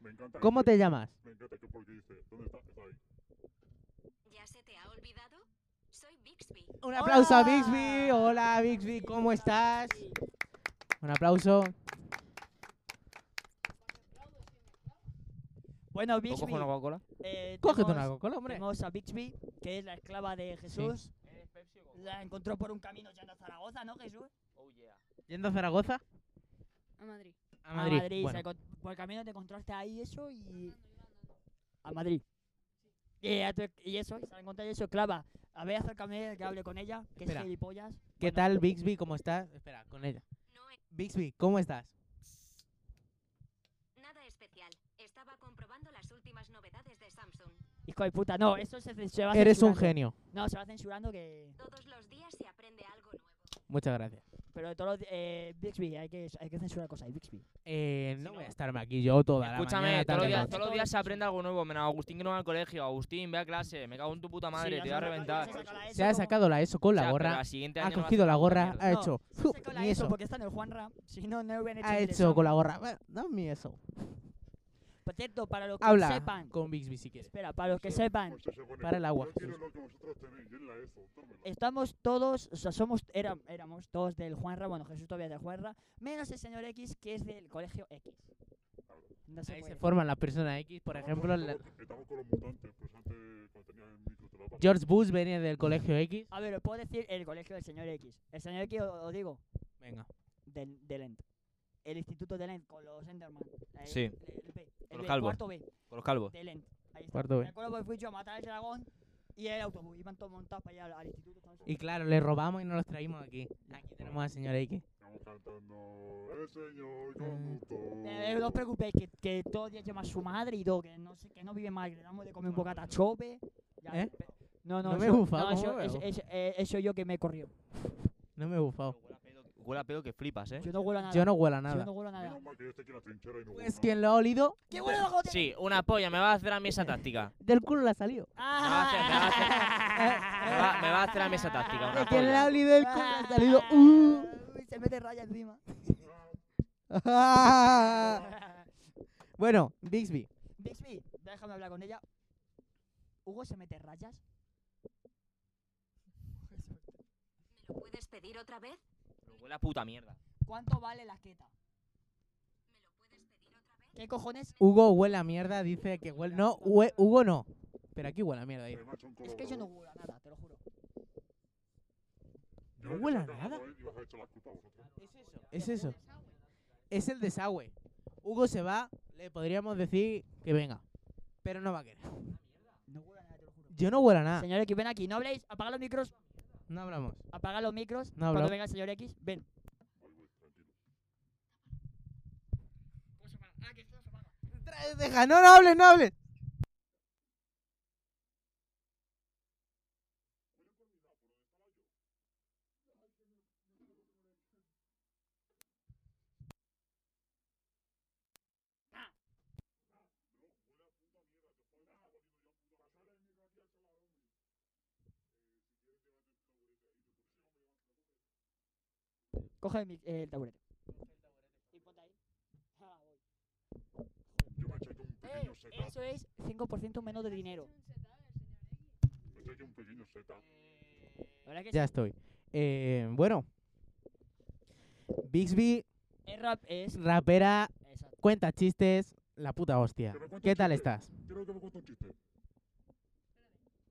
Speaker 5: Me encanta.
Speaker 3: ¿Cómo
Speaker 5: este-
Speaker 3: te llamas?
Speaker 5: Me encanta que porque dice, ¿dónde está? Está ahí.
Speaker 4: ¿Ya se te ha olvidado? Soy Bixby.
Speaker 3: Un
Speaker 1: Hola.
Speaker 3: aplauso a Bixby. Hola Bixby, ¿cómo estás? Un aplauso.
Speaker 1: Bueno,
Speaker 6: ¿Puedo
Speaker 1: Bixby.
Speaker 6: coger una Coca-Cola?
Speaker 1: eh,
Speaker 3: Cógete
Speaker 1: tenemos-
Speaker 3: una Coca-Cola, hombre.
Speaker 1: Tenemos a Bixby, que es la esclava de Jesús.
Speaker 6: Eh,
Speaker 1: La encontró por un camino yendo a Zaragoza, ¿no, Jesús?
Speaker 3: Oh, Yendo a Zaragoza,
Speaker 2: A Madrid.
Speaker 3: a Madrid.
Speaker 1: A Madrid
Speaker 3: Bueno,
Speaker 1: se encon- por el camino te encontraste ahí eso y. A Madrid. Y, a tu- y eso, y se la encontré eso, esclava. A ver, acércame que hable con ella, que
Speaker 3: Espera.
Speaker 1: es gilipollas.
Speaker 3: ¿Qué
Speaker 1: Bueno,
Speaker 3: tal Bixby? ¿Cómo estás? Espera, con ella.
Speaker 4: No es
Speaker 3: Bixby, ¿cómo estás?
Speaker 4: nada especial. Estaba comprobando las últimas novedades de Samsung.
Speaker 1: Hijo de puta, no, eso se, se va
Speaker 3: Eres un
Speaker 1: censurando.
Speaker 3: genio.
Speaker 1: No, se va censurando que.
Speaker 4: Todos los días se aprende algo nuevo.
Speaker 3: Muchas gracias.
Speaker 1: Pero de todos los. di- Eh, Bixby, hay que, hay que censurar cosas. Bixby.
Speaker 3: Eh, no
Speaker 6: Si
Speaker 3: voy a
Speaker 6: no-
Speaker 3: estarme aquí yo toda la mañana.
Speaker 6: Escúchame, todos los,
Speaker 3: tarde,
Speaker 6: días,
Speaker 3: noche.
Speaker 6: todos los días se aprende algo nuevo. Menos Agustín que no va al colegio. Agustín, ve a clase. Me cago en tu puta madre,
Speaker 1: Sí,
Speaker 6: te
Speaker 1: ya
Speaker 6: voy a
Speaker 1: se ha sacado-
Speaker 6: reventar.
Speaker 1: ya se ha sacado la ESO como-
Speaker 3: Se ha sacado la ESO con
Speaker 6: O
Speaker 3: la
Speaker 6: sea, pero
Speaker 3: gorra,
Speaker 6: al siguiente
Speaker 3: ha
Speaker 6: año no va a
Speaker 3: cogido
Speaker 6: hacer
Speaker 3: la gorra, eh,
Speaker 6: mierda.
Speaker 3: ha
Speaker 1: No,
Speaker 3: hecho.
Speaker 1: se ha
Speaker 3: ¡fup!
Speaker 1: sacado la
Speaker 3: Ni
Speaker 1: ESO
Speaker 3: eso.
Speaker 1: porque está en el Juanra. Si no, no hubieran hecho.
Speaker 3: Ha
Speaker 1: el
Speaker 3: hecho con
Speaker 1: examen.
Speaker 3: la gorra. Bueno, Dame eso.
Speaker 1: Por cierto, para los que
Speaker 3: Habla
Speaker 1: sepan.
Speaker 3: con Bixby si quieres.
Speaker 1: Espera, para los que
Speaker 5: Pues,
Speaker 1: sepan.
Speaker 5: pues, se pone,
Speaker 3: Para el agua.
Speaker 5: Yo quiero lo que vosotros tenéis, yo en la ESO, tómela.
Speaker 1: Eh. Estamos todos, o sea, somos, era- éramos todos del Juanra, bueno, Jesús todavía es del Juanra, menos el señor X, que es del colegio X. No se
Speaker 3: Ahí se
Speaker 1: puede.
Speaker 3: forman las personas X, por
Speaker 5: Estamos
Speaker 3: ejemplo,
Speaker 5: con
Speaker 3: la-
Speaker 5: los- Estamos con los mutantes, pues antes cuando tenía el micro te lo pasaba.
Speaker 3: George Bush venía del colegio X.
Speaker 1: A ver, os puedo decir el colegio del señor X. El señor X, os os digo,
Speaker 3: Venga.
Speaker 1: del, del ENT. El instituto del ENT, con los Enderman. Eh,
Speaker 6: Sí.
Speaker 1: El, el B, el
Speaker 6: los
Speaker 1: B,
Speaker 6: calvos.
Speaker 1: cuarto B
Speaker 6: Con los calvos.
Speaker 1: del ENT. Ahí está.
Speaker 3: Cuarto
Speaker 1: Me
Speaker 3: B.
Speaker 1: acuerdo porque fui yo a matar al dragón y el autobús. Iban todos montados para allá al, al instituto. ¿sabes?
Speaker 3: Y claro, le robamos y nos los traímos aquí. Aquí tenemos al señor X.
Speaker 5: Estamos cantando El señor conductor.
Speaker 1: Mm. Eh, eh, no os preocupéis, que, que todo el día llama a su madre y todo, que no, sé, que no vive mal, que le damos de comer un bocata a chope. Ya,
Speaker 3: ¿Eh?
Speaker 1: pe- No, no,
Speaker 3: No me he
Speaker 1: eso,
Speaker 3: bufado,
Speaker 1: no,
Speaker 3: ¿cómo
Speaker 1: eso,
Speaker 3: me
Speaker 1: es-
Speaker 3: bufo?
Speaker 1: es- eh, eso yo que me he corrido.
Speaker 3: No me he bufado.
Speaker 6: Huele a pedo que flipas, ¿eh?
Speaker 1: Yo no huelo a nada.
Speaker 3: Yo no huelo a
Speaker 1: Yo
Speaker 3: nada.
Speaker 1: no huelo a nada.
Speaker 5: Menos mal que yo estoy aquí en la trinchera y no
Speaker 3: Pues
Speaker 5: hubo
Speaker 3: quien lo ha olido,
Speaker 1: ¿Qué huele bajo
Speaker 6: Sí, una polla. Me va a hacer a mí esa
Speaker 7: <laughs>
Speaker 6: táctica.
Speaker 3: del culo le ha salido.
Speaker 1: Ah. <laughs>
Speaker 6: Me va, me va a hacer a mí esa táctica. Una
Speaker 3: De quien le ha
Speaker 6: polla.
Speaker 3: olido del culo le ha
Speaker 6: <laughs>
Speaker 3: salido. ¡Uh!
Speaker 1: Uy, se mete raya encima.
Speaker 5: nada.
Speaker 3: uh. <laughs> Bueno, Bixby.
Speaker 1: <laughs> Bixby, déjame hablar con ella. ¿Hugo se mete rayas?
Speaker 4: ¿Me lo puedes pedir otra vez?
Speaker 6: Huele a puta mierda.
Speaker 1: ¿Cuánto vale la queta?
Speaker 4: ¿Me lo puedes pedir otra vez?
Speaker 3: Uh.
Speaker 1: ¿Qué cojones?
Speaker 3: Hugo huele a mierda, dice que huele. No, hue- Hugo no. Pero aquí huele a mierda. dice.
Speaker 5: Eh, macho, un
Speaker 1: Es que yo no
Speaker 5: colaborador.
Speaker 1: huelo a nada, te lo juro.
Speaker 5: Yo
Speaker 3: no
Speaker 5: creo que si
Speaker 3: huele a
Speaker 5: acabas
Speaker 3: nada.
Speaker 5: con él, ibas a echar la culpa a vosotros.
Speaker 3: Es eso. Es el desagüe. Hugo se va, le podríamos decir que venga. Pero no va a querer.
Speaker 1: No huelo a nada, te lo juro.
Speaker 3: Yo no huelo a nada.
Speaker 1: Señor X, ven aquí, no habléis, apaga los micros,
Speaker 3: No hablamos.
Speaker 1: apaga los micros.
Speaker 3: No
Speaker 1: Cuando
Speaker 3: hablamos.
Speaker 1: venga el señor X, ven.
Speaker 5: Ahí voy, tranquilo.
Speaker 3: Tra- Deja, no, no hables, no hables.
Speaker 1: Coge el, mic- eh, el taburete. Y ponte ahí. Ah, voy.
Speaker 5: Yo me he hecho aquí un
Speaker 1: Eh,
Speaker 5: pequeño setup.
Speaker 1: eso es 5% menos de dinero.
Speaker 5: Me he hecho aquí un pequeño setup.
Speaker 1: La verdad que
Speaker 3: Ya
Speaker 1: sí.
Speaker 3: estoy. Eh, bueno. Bixby,
Speaker 1: Es rap, es...
Speaker 3: rapera,
Speaker 1: Exacto.
Speaker 3: cuenta chistes, la puta hostia.
Speaker 5: Pero cuenta
Speaker 3: ¿Qué tal
Speaker 5: chistes.
Speaker 3: estás?
Speaker 5: Quiero que me cuente un chiste.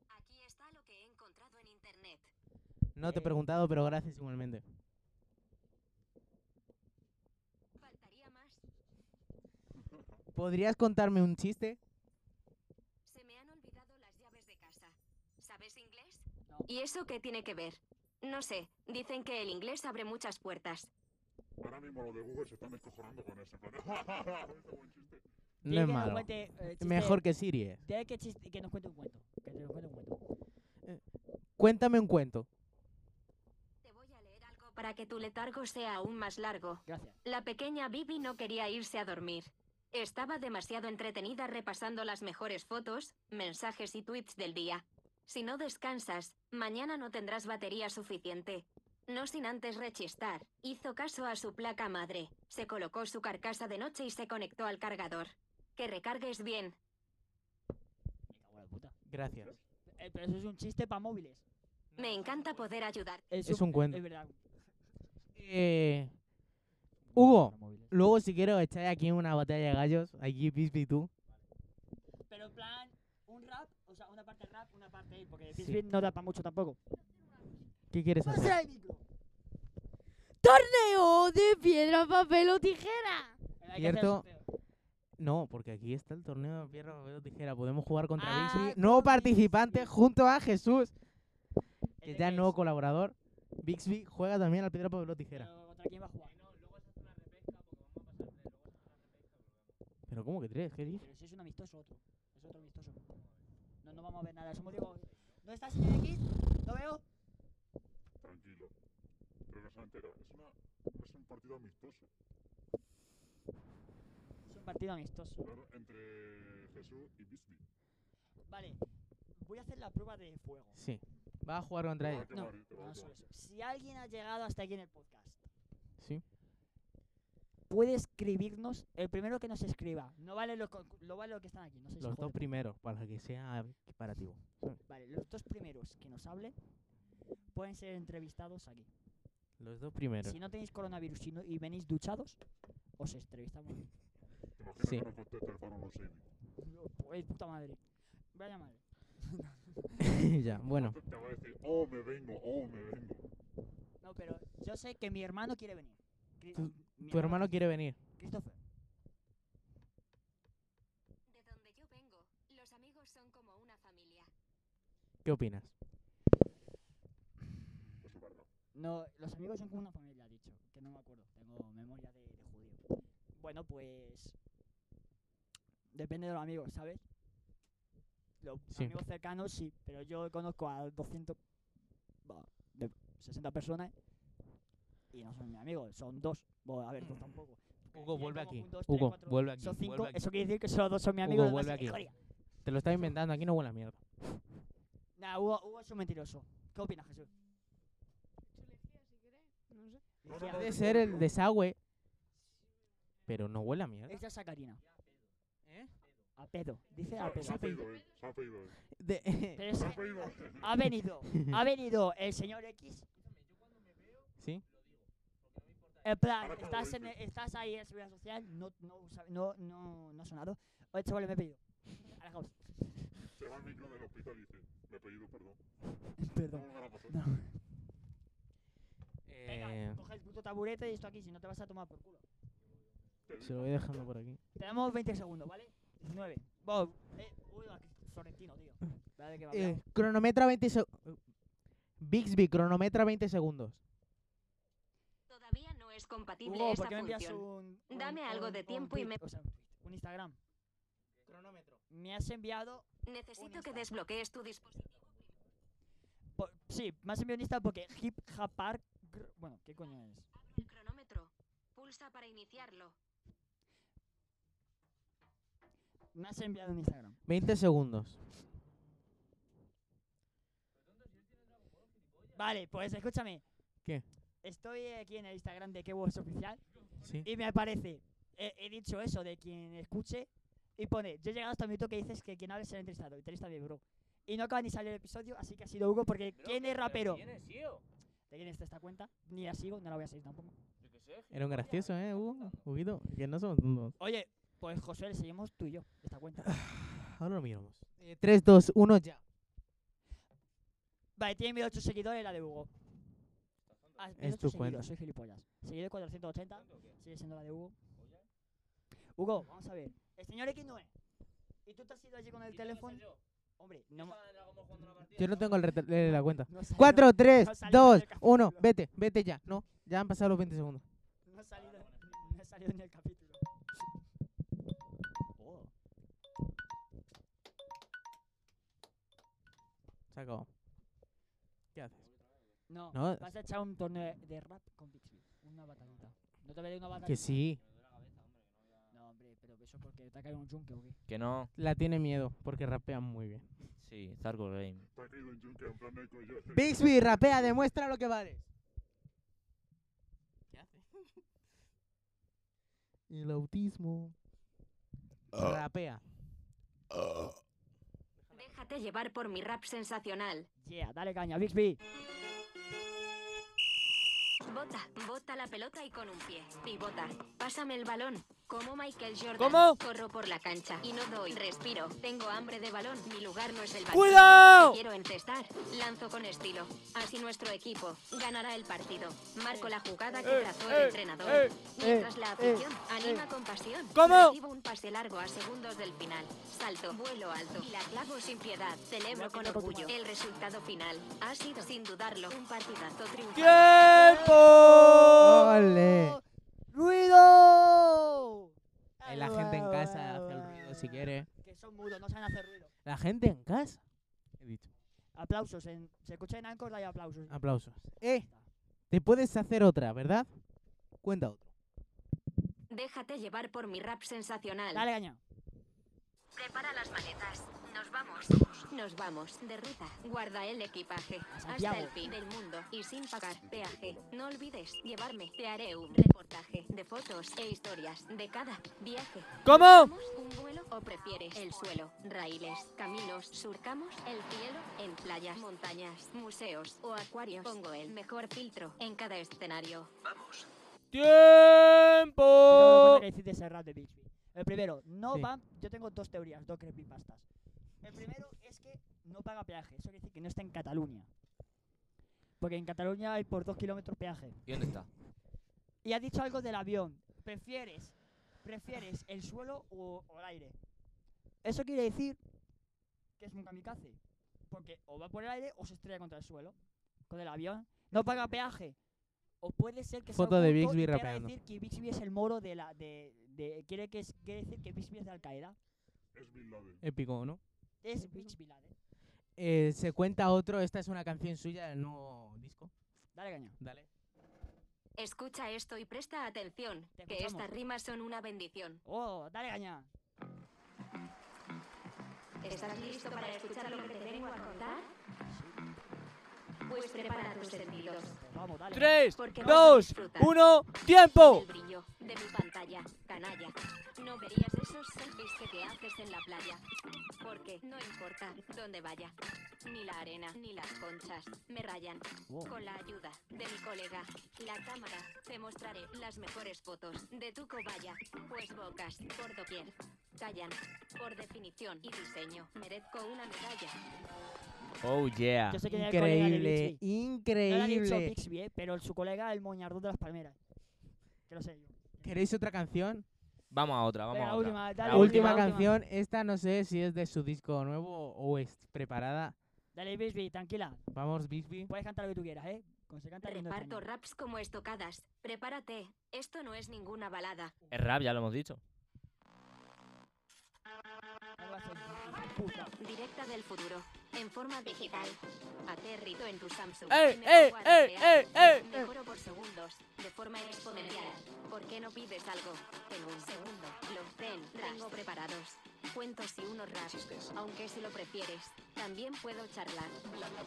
Speaker 4: Aquí está lo que he encontrado en internet.
Speaker 3: No te he
Speaker 1: Eh.
Speaker 3: preguntado, pero gracias igualmente.
Speaker 4: Faltaría más.
Speaker 3: ¿Podrías contarme un chiste?
Speaker 4: Se me han olvidado las llaves de casa. ¿Sabes inglés?
Speaker 1: No.
Speaker 4: ¿Y eso qué tiene que ver? No sé, dicen que el inglés abre muchas puertas.
Speaker 5: Ahora mismo los de Google se están descojonando con ese <laughs> plan. Ese este buen chiste.
Speaker 3: No es
Speaker 1: Tiene que nos
Speaker 3: malo.
Speaker 1: cuente, eh, chiste-
Speaker 3: Mejor que Siri.
Speaker 1: Tiene que, chis- que nos cuente un cuento. Que nos cuente un cuento.
Speaker 3: Cuéntame un cuento.
Speaker 4: Te voy a leer algo para que tu letargo sea aún más largo.
Speaker 1: Gracias.
Speaker 4: La pequeña Bibi no quería irse a dormir. Estaba demasiado entretenida repasando las mejores fotos, mensajes y tweets del día. Si no descansas, mañana no tendrás batería suficiente. No sin antes rechistar, hizo caso a su placa madre, se colocó su carcasa de noche y se conectó al cargador. Que recargues bien.
Speaker 1: Me cago en la puta.
Speaker 3: Gracias.
Speaker 1: Eh, pero eso es un chiste para móviles.
Speaker 4: Me encanta poder ayudar.
Speaker 3: Es un cuento.
Speaker 1: Es verdad.
Speaker 3: Eh, Hugo,
Speaker 1: Para móviles.
Speaker 3: luego si quiero echar aquí una batalla de gallos, aquí Bixby y tú.
Speaker 1: Pero en plan, un rap, o sea, una parte rap, una parte ahí, porque
Speaker 3: Sí.
Speaker 1: Bisbit no da para mucho tampoco.
Speaker 3: ¿Qué quieres hacer?
Speaker 1: ¡Pasa el micro!
Speaker 2: ¡Torneo de piedra, papel o tijera!
Speaker 1: Hay que hacer
Speaker 3: Cierto.
Speaker 1: el sorteo.
Speaker 3: No, porque aquí está el torneo de piedra, papel o tijera. Podemos jugar contra
Speaker 1: Ah,
Speaker 3: Bixby.
Speaker 1: con
Speaker 3: Nuevo participante
Speaker 1: Bixby.
Speaker 3: junto a Jesús,
Speaker 1: ¿El
Speaker 3: que
Speaker 1: de
Speaker 3: ya
Speaker 1: qué
Speaker 3: nuevo
Speaker 1: es?
Speaker 3: colaborador. Bixby juega también al piedra, papel o tijera.
Speaker 1: Pero ¿Contra quién va a jugar?
Speaker 3: Pero ¿cómo que tres? ¿Qué dices?
Speaker 1: Pero si es un amistoso otro. Es otro amistoso. No, no vamos a ver nada. Somos digo. ¿No está señor X? ¿Lo veo?
Speaker 5: Tranquilo. Pero no se ha enterado. Es, una, es un partido amistoso.
Speaker 1: Es un partido amistoso.
Speaker 5: Claro, entre Jesús y Bisbee.
Speaker 1: Vale. Voy a hacer la prueba de fuego.
Speaker 3: Sí. Va a jugar
Speaker 5: Te
Speaker 3: contra
Speaker 5: va a
Speaker 3: ella.
Speaker 1: No,
Speaker 5: quemar, eh, te va a
Speaker 1: no
Speaker 5: quemar.
Speaker 1: solo eso. Si alguien ha llegado hasta aquí en el podcast,
Speaker 3: Sí.
Speaker 1: puede escribirnos el primero que nos escriba. No vale los, con- lo vale los que están aquí. No sé
Speaker 3: Los dos primeros, para que sea equiparativo.
Speaker 1: Vale, los dos primeros que nos hablen pueden ser entrevistados aquí.
Speaker 3: Los dos primeros.
Speaker 1: Si no tenéis coronavirus y, no- y venís duchados, os entrevistamos.
Speaker 5: ¿Te imaginas
Speaker 3: Sí.
Speaker 5: que no contesta el faro Rosevi?
Speaker 1: No, pues, puta madre. Vaya madre.
Speaker 3: <laughs> ya, bueno.
Speaker 5: Te va a decir, oh, me vengo, oh, me vengo.
Speaker 1: No, pero yo sé que mi hermano quiere venir. Cri-
Speaker 3: Tu-
Speaker 1: mi
Speaker 3: Tu hermano quiere venir.
Speaker 1: Christopher.
Speaker 4: De donde yo vengo, los amigos son como una familia.
Speaker 3: ¿Qué opinas?
Speaker 5: Eso es verdad.
Speaker 1: No, los amigos son como una familia, ha dicho. Que no me acuerdo. Tengo memoria de, de judío. Bueno, pues. Depende de los amigos, ¿sabes? Los
Speaker 3: Sí.
Speaker 1: amigos cercanos sí, pero yo conozco a 200. va, de 60 personas. Y no son mis amigos, son dos. Bueno, a ver, dos tampoco. Porque
Speaker 3: Hugo,
Speaker 1: hay
Speaker 3: vuelve
Speaker 1: como
Speaker 3: aquí.
Speaker 1: un, dos, tres,
Speaker 3: Hugo,
Speaker 1: cuatro,
Speaker 3: vuelve aquí.
Speaker 1: Son cinco,
Speaker 3: vuelve aquí.
Speaker 1: eso quiere decir que solo dos son mis
Speaker 3: Hugo,
Speaker 1: amigos. los demás
Speaker 3: vuelve
Speaker 1: son
Speaker 3: aquí.
Speaker 1: escoria.
Speaker 3: Te lo estás inventando, aquí no huele a mierda.
Speaker 1: Nah, Hugo, Hugo es un mentiroso. ¿Qué opinas, Jesús?
Speaker 2: No sé.
Speaker 5: No, no, no,
Speaker 3: Puede
Speaker 5: no,
Speaker 3: ser
Speaker 5: no,
Speaker 3: el
Speaker 5: no.
Speaker 3: desagüe, pero no huele a mierda.
Speaker 1: Esa es a Karina. A pedo. Dice a
Speaker 5: Se-
Speaker 1: ¿Eh? pedo.
Speaker 5: Se ha pedido él, se ha pedido él.
Speaker 1: <laughs> Pero
Speaker 5: Se
Speaker 1: ese-
Speaker 5: ha pedido él.
Speaker 1: ha venido, ha venido el señor X.
Speaker 3: ¿Sí?
Speaker 1: En plan,
Speaker 5: Ahora como
Speaker 1: estás, en,
Speaker 5: dices.
Speaker 1: estás ahí en seguridad social, no, no, usa- no, no, no ha sonado. Oye, chaval, me he pedido. A la house.
Speaker 5: Se Se va al micro del hospital y dice, me he pedido perdón.
Speaker 1: <laughs>
Speaker 5: No
Speaker 1: Perdón.
Speaker 5: volverá a pasar.
Speaker 1: No.
Speaker 3: Eh,
Speaker 1: Eh. Venga, coge el puto taburete y esto aquí, si no te vas a tomar por culo.
Speaker 5: Te
Speaker 3: se
Speaker 5: digo,
Speaker 3: lo voy dejando por aquí.
Speaker 1: Tenemos 20 segundos, ¿vale? 19. Bob. Eh, uy, aquí, Florentino, tío. Dale que va
Speaker 3: Eh, cronometra 20 segundos. Bixby, cronometra 20 segundos.
Speaker 4: Todavía no es compatible
Speaker 1: Hugo,
Speaker 4: esa
Speaker 1: Oh, ¿por qué me envías
Speaker 4: función.
Speaker 1: un, un-
Speaker 4: Dame algo
Speaker 1: un-
Speaker 4: de
Speaker 1: un
Speaker 4: tiempo y
Speaker 1: tweet,
Speaker 4: me-
Speaker 1: o sea, un, tweet, un Instagram.
Speaker 3: Cronómetro.
Speaker 1: Me has enviado...
Speaker 4: Necesito que
Speaker 1: instante.
Speaker 4: desbloquees tu dispositivo.
Speaker 1: po- sí, me has enviado un Insta porque Hip Hapar... gr- Bueno, ¿qué coño es?
Speaker 4: El cronómetro. Pulsa para iniciarlo.
Speaker 1: Me has enviado un Instagram.
Speaker 3: 20 segundos.
Speaker 1: Vale, pues escúchame.
Speaker 3: ¿Qué?
Speaker 1: Estoy aquí en el Instagram de Kewos Oficial
Speaker 3: Sí.
Speaker 1: y me aparece... He, he dicho eso de quien escuche y pone... Yo he llegado hasta el minuto que dices que quien hable será entrevistado. Y te bien, bro. Y no acaba ni salir el episodio, así que ha sido Hugo porque ¿quién es rapero?
Speaker 7: ¿Quién es, tío?
Speaker 1: ¿De quién está esta cuenta? Ni la sigo, no la voy a seguir tampoco.
Speaker 7: Yo qué sé.
Speaker 3: Era un gracioso, ¿eh, Hugo? Huguito, que no somos tontos.
Speaker 1: Oye, pues José, le seguimos tú y yo esta cuenta.
Speaker 3: Ahora lo miramos. Eh, 3, 2, 1, ya.
Speaker 1: Vale, tiene 1800 seguidores la de Hugo. Ah, 1800
Speaker 3: tu
Speaker 1: seguidos,
Speaker 3: cuenta.
Speaker 1: Soy gilipollas. Seguido 480, sigue siendo la de Hugo. Hugo, vamos a ver. El señor X no es. ¿Y tú te has ido allí con el teléfono? Hombre, no, ma-
Speaker 3: Yo no tengo el retel- eh, la cuenta.
Speaker 1: no salió-
Speaker 3: 4, 3,
Speaker 1: salido
Speaker 3: 2,
Speaker 1: del capítulo.
Speaker 3: 1, vete, vete ya. No, ya han pasado los 20 segundos.
Speaker 1: No ha salido, no ha salido en el capítulo. Oh.
Speaker 3: Se acabó. ¿Qué haces?
Speaker 1: No,
Speaker 3: No.
Speaker 1: vas a echar un torneo de- de rap con Pixie. Una batallita. No te veré una batalla.
Speaker 3: Que sí.
Speaker 1: No, hombre, pero eso porque te ha caído un yunque o qué.
Speaker 7: Que no.
Speaker 3: La tiene miedo porque rapean muy bien.
Speaker 7: Sí, Zarco Game.
Speaker 5: Te ha caído un yunque en plan Neko y yo.
Speaker 3: Bixby, rapea, demuestra lo que vales. ¿Qué hace? <laughs> El autismo. Rapea.
Speaker 4: Déjate llevar por mi rap sensacional.
Speaker 1: Yeah, dale caña, Bixby.
Speaker 4: Bota, bota la pelota y con un pie. Pivota. Pásame el balón. Como Michael Jordan.
Speaker 6: ¿Cómo?
Speaker 4: Corro por la cancha y no doy. Respiro. Tengo hambre de balón. Mi lugar no es el balón.
Speaker 6: ¡Cuidado!
Speaker 4: Quiero encestar. Lanzo con estilo. Así nuestro equipo ganará el partido. Marco la jugada que
Speaker 6: Eh,
Speaker 4: trazó
Speaker 6: eh,
Speaker 4: el entrenador.
Speaker 6: eh,
Speaker 4: Mientras
Speaker 1: eh,
Speaker 4: la
Speaker 1: eh,
Speaker 4: afición anima con pasión.
Speaker 6: ¿Cómo?
Speaker 4: Recibo un pase largo a segundos del final. Salto, vuelo alto y la clavo sin piedad. Celebro con orgullo. El resultado final ha sido, sin dudarlo, un partidazo triunfal.
Speaker 6: ¡Tiempo!
Speaker 3: ¡Ole!
Speaker 1: ¡Ruido!
Speaker 3: Ahí la gente en casa hace el ruido si quiere.
Speaker 1: Que son mudos, no saben hacer ruido.
Speaker 3: La gente en casa. He dicho.
Speaker 1: Aplausos, en, se escucha en Anchor, hay aplausos.
Speaker 3: Aplausos. Eh, te puedes hacer otra, ¿verdad? Cuenta otra.
Speaker 4: Déjate llevar por mi rap sensacional.
Speaker 1: Dale caña.
Speaker 4: Prepara las maletas. Nos vamos. Nos vamos. Derrota. Guarda el equipaje. Hasta
Speaker 1: Santiago.
Speaker 4: el fin del mundo. Y sin pagar peaje. No olvides llevarme. Te haré un reportaje de fotos e historias de cada viaje.
Speaker 6: ¿Cómo?
Speaker 4: ¿Buscamos ¿Un vuelo o prefieres el suelo? Raíles, caminos, surcamos el cielo en playas, montañas, museos o acuarios. Pongo el mejor filtro en cada escenario.
Speaker 1: Tengo
Speaker 6: Oh. ¡Tiempo!
Speaker 1: que decir de ese rap de Bixby. El primero, no
Speaker 3: Sí.
Speaker 1: va. Yo tengo dos teorías, dos creepypastas. El primero es que no paga peaje. Eso quiere decir que no está en Cataluña. Porque en Cataluña hay por dos kilómetros peaje.
Speaker 7: ¿Y dónde está?
Speaker 1: Y ha dicho algo del avión. ¿Prefieres, prefieres el suelo o, o el aire? Eso quiere decir que es un kamikaze. Porque o va por el aire o se estrella contra el suelo. Con el avión. No paga peaje. O puede ser que sea
Speaker 3: Foto de
Speaker 1: oculto
Speaker 3: Bixby
Speaker 1: y quiera
Speaker 3: rapeando.
Speaker 1: decir que Bixby es el moro de la... De, de- quiere, que es- quiere decir que Bixby es de Al-Qaeda.
Speaker 5: Es Bin Laden.
Speaker 3: Épico, ¿no?
Speaker 1: Es Bixby Laden.
Speaker 3: Eh, se cuenta otro. Esta es una canción suya del nuevo disco.
Speaker 1: Dale caña.
Speaker 3: Dale.
Speaker 4: Escucha esto y presta atención,
Speaker 1: Te
Speaker 4: que
Speaker 1: escuchamos.
Speaker 4: estas rimas son una bendición.
Speaker 1: Oh, dale caña.
Speaker 4: ¿Estás listo para escuchar lo que te vengo a contar? Pues prepara tus sentidos.
Speaker 1: Pues vamos, dale.
Speaker 6: 3,
Speaker 4: Porque vas a
Speaker 6: 2,
Speaker 4: disfrutar
Speaker 6: 1, tiempo.
Speaker 4: del brillo de mi pantalla, canalla. No verías esos selfies que te haces en la playa. Porque no importa dónde vaya, ni la arena ni las conchas me rayan.
Speaker 1: Oh.
Speaker 4: Con la ayuda de mi colega, la cámara, te mostraré las mejores fotos de tu cobaya. Pues bocas por doquier, callan. Por definición y diseño, merezco una medalla.
Speaker 7: Oh, yeah.
Speaker 1: Yo sé que era el colega de
Speaker 3: Increíble,
Speaker 1: Bixby. No le ha dicho
Speaker 3: increíble.
Speaker 1: Bixby, eh, pero su colega, el moñardón de las palmeras. Que lo sé yo.
Speaker 3: ¿Queréis otra canción?
Speaker 7: Vamos a otra, vamos
Speaker 1: Venga,
Speaker 7: a otra.
Speaker 1: última, dale,
Speaker 7: La
Speaker 3: La
Speaker 1: última,
Speaker 3: última,
Speaker 1: última.
Speaker 3: canción, esta no sé si es de su disco nuevo o es preparada.
Speaker 1: Dale, Bisbee, tranquila.
Speaker 3: Vamos, Bixby.
Speaker 1: Puedes cantar lo que tú quieras, ¿eh? Como se canta lindo
Speaker 4: Reparto
Speaker 1: español.
Speaker 4: raps como estocadas. Prepárate, esto no es ninguna balada.
Speaker 7: Es rap, ya lo hemos dicho.
Speaker 1: Algo así, puta.
Speaker 4: Directa del futuro, en forma digital. Aterrito en tu Samsung.
Speaker 7: ¡Ey,
Speaker 4: M4
Speaker 7: ey, ey,
Speaker 4: real.
Speaker 7: ey, ey!
Speaker 4: Mejoro por segundos, de forma exponencial. ¿Por qué no pides algo? En un segundo, los ten, tengo preparados. Cuentos y unos raps, aunque si lo prefieres, también puedo charlar.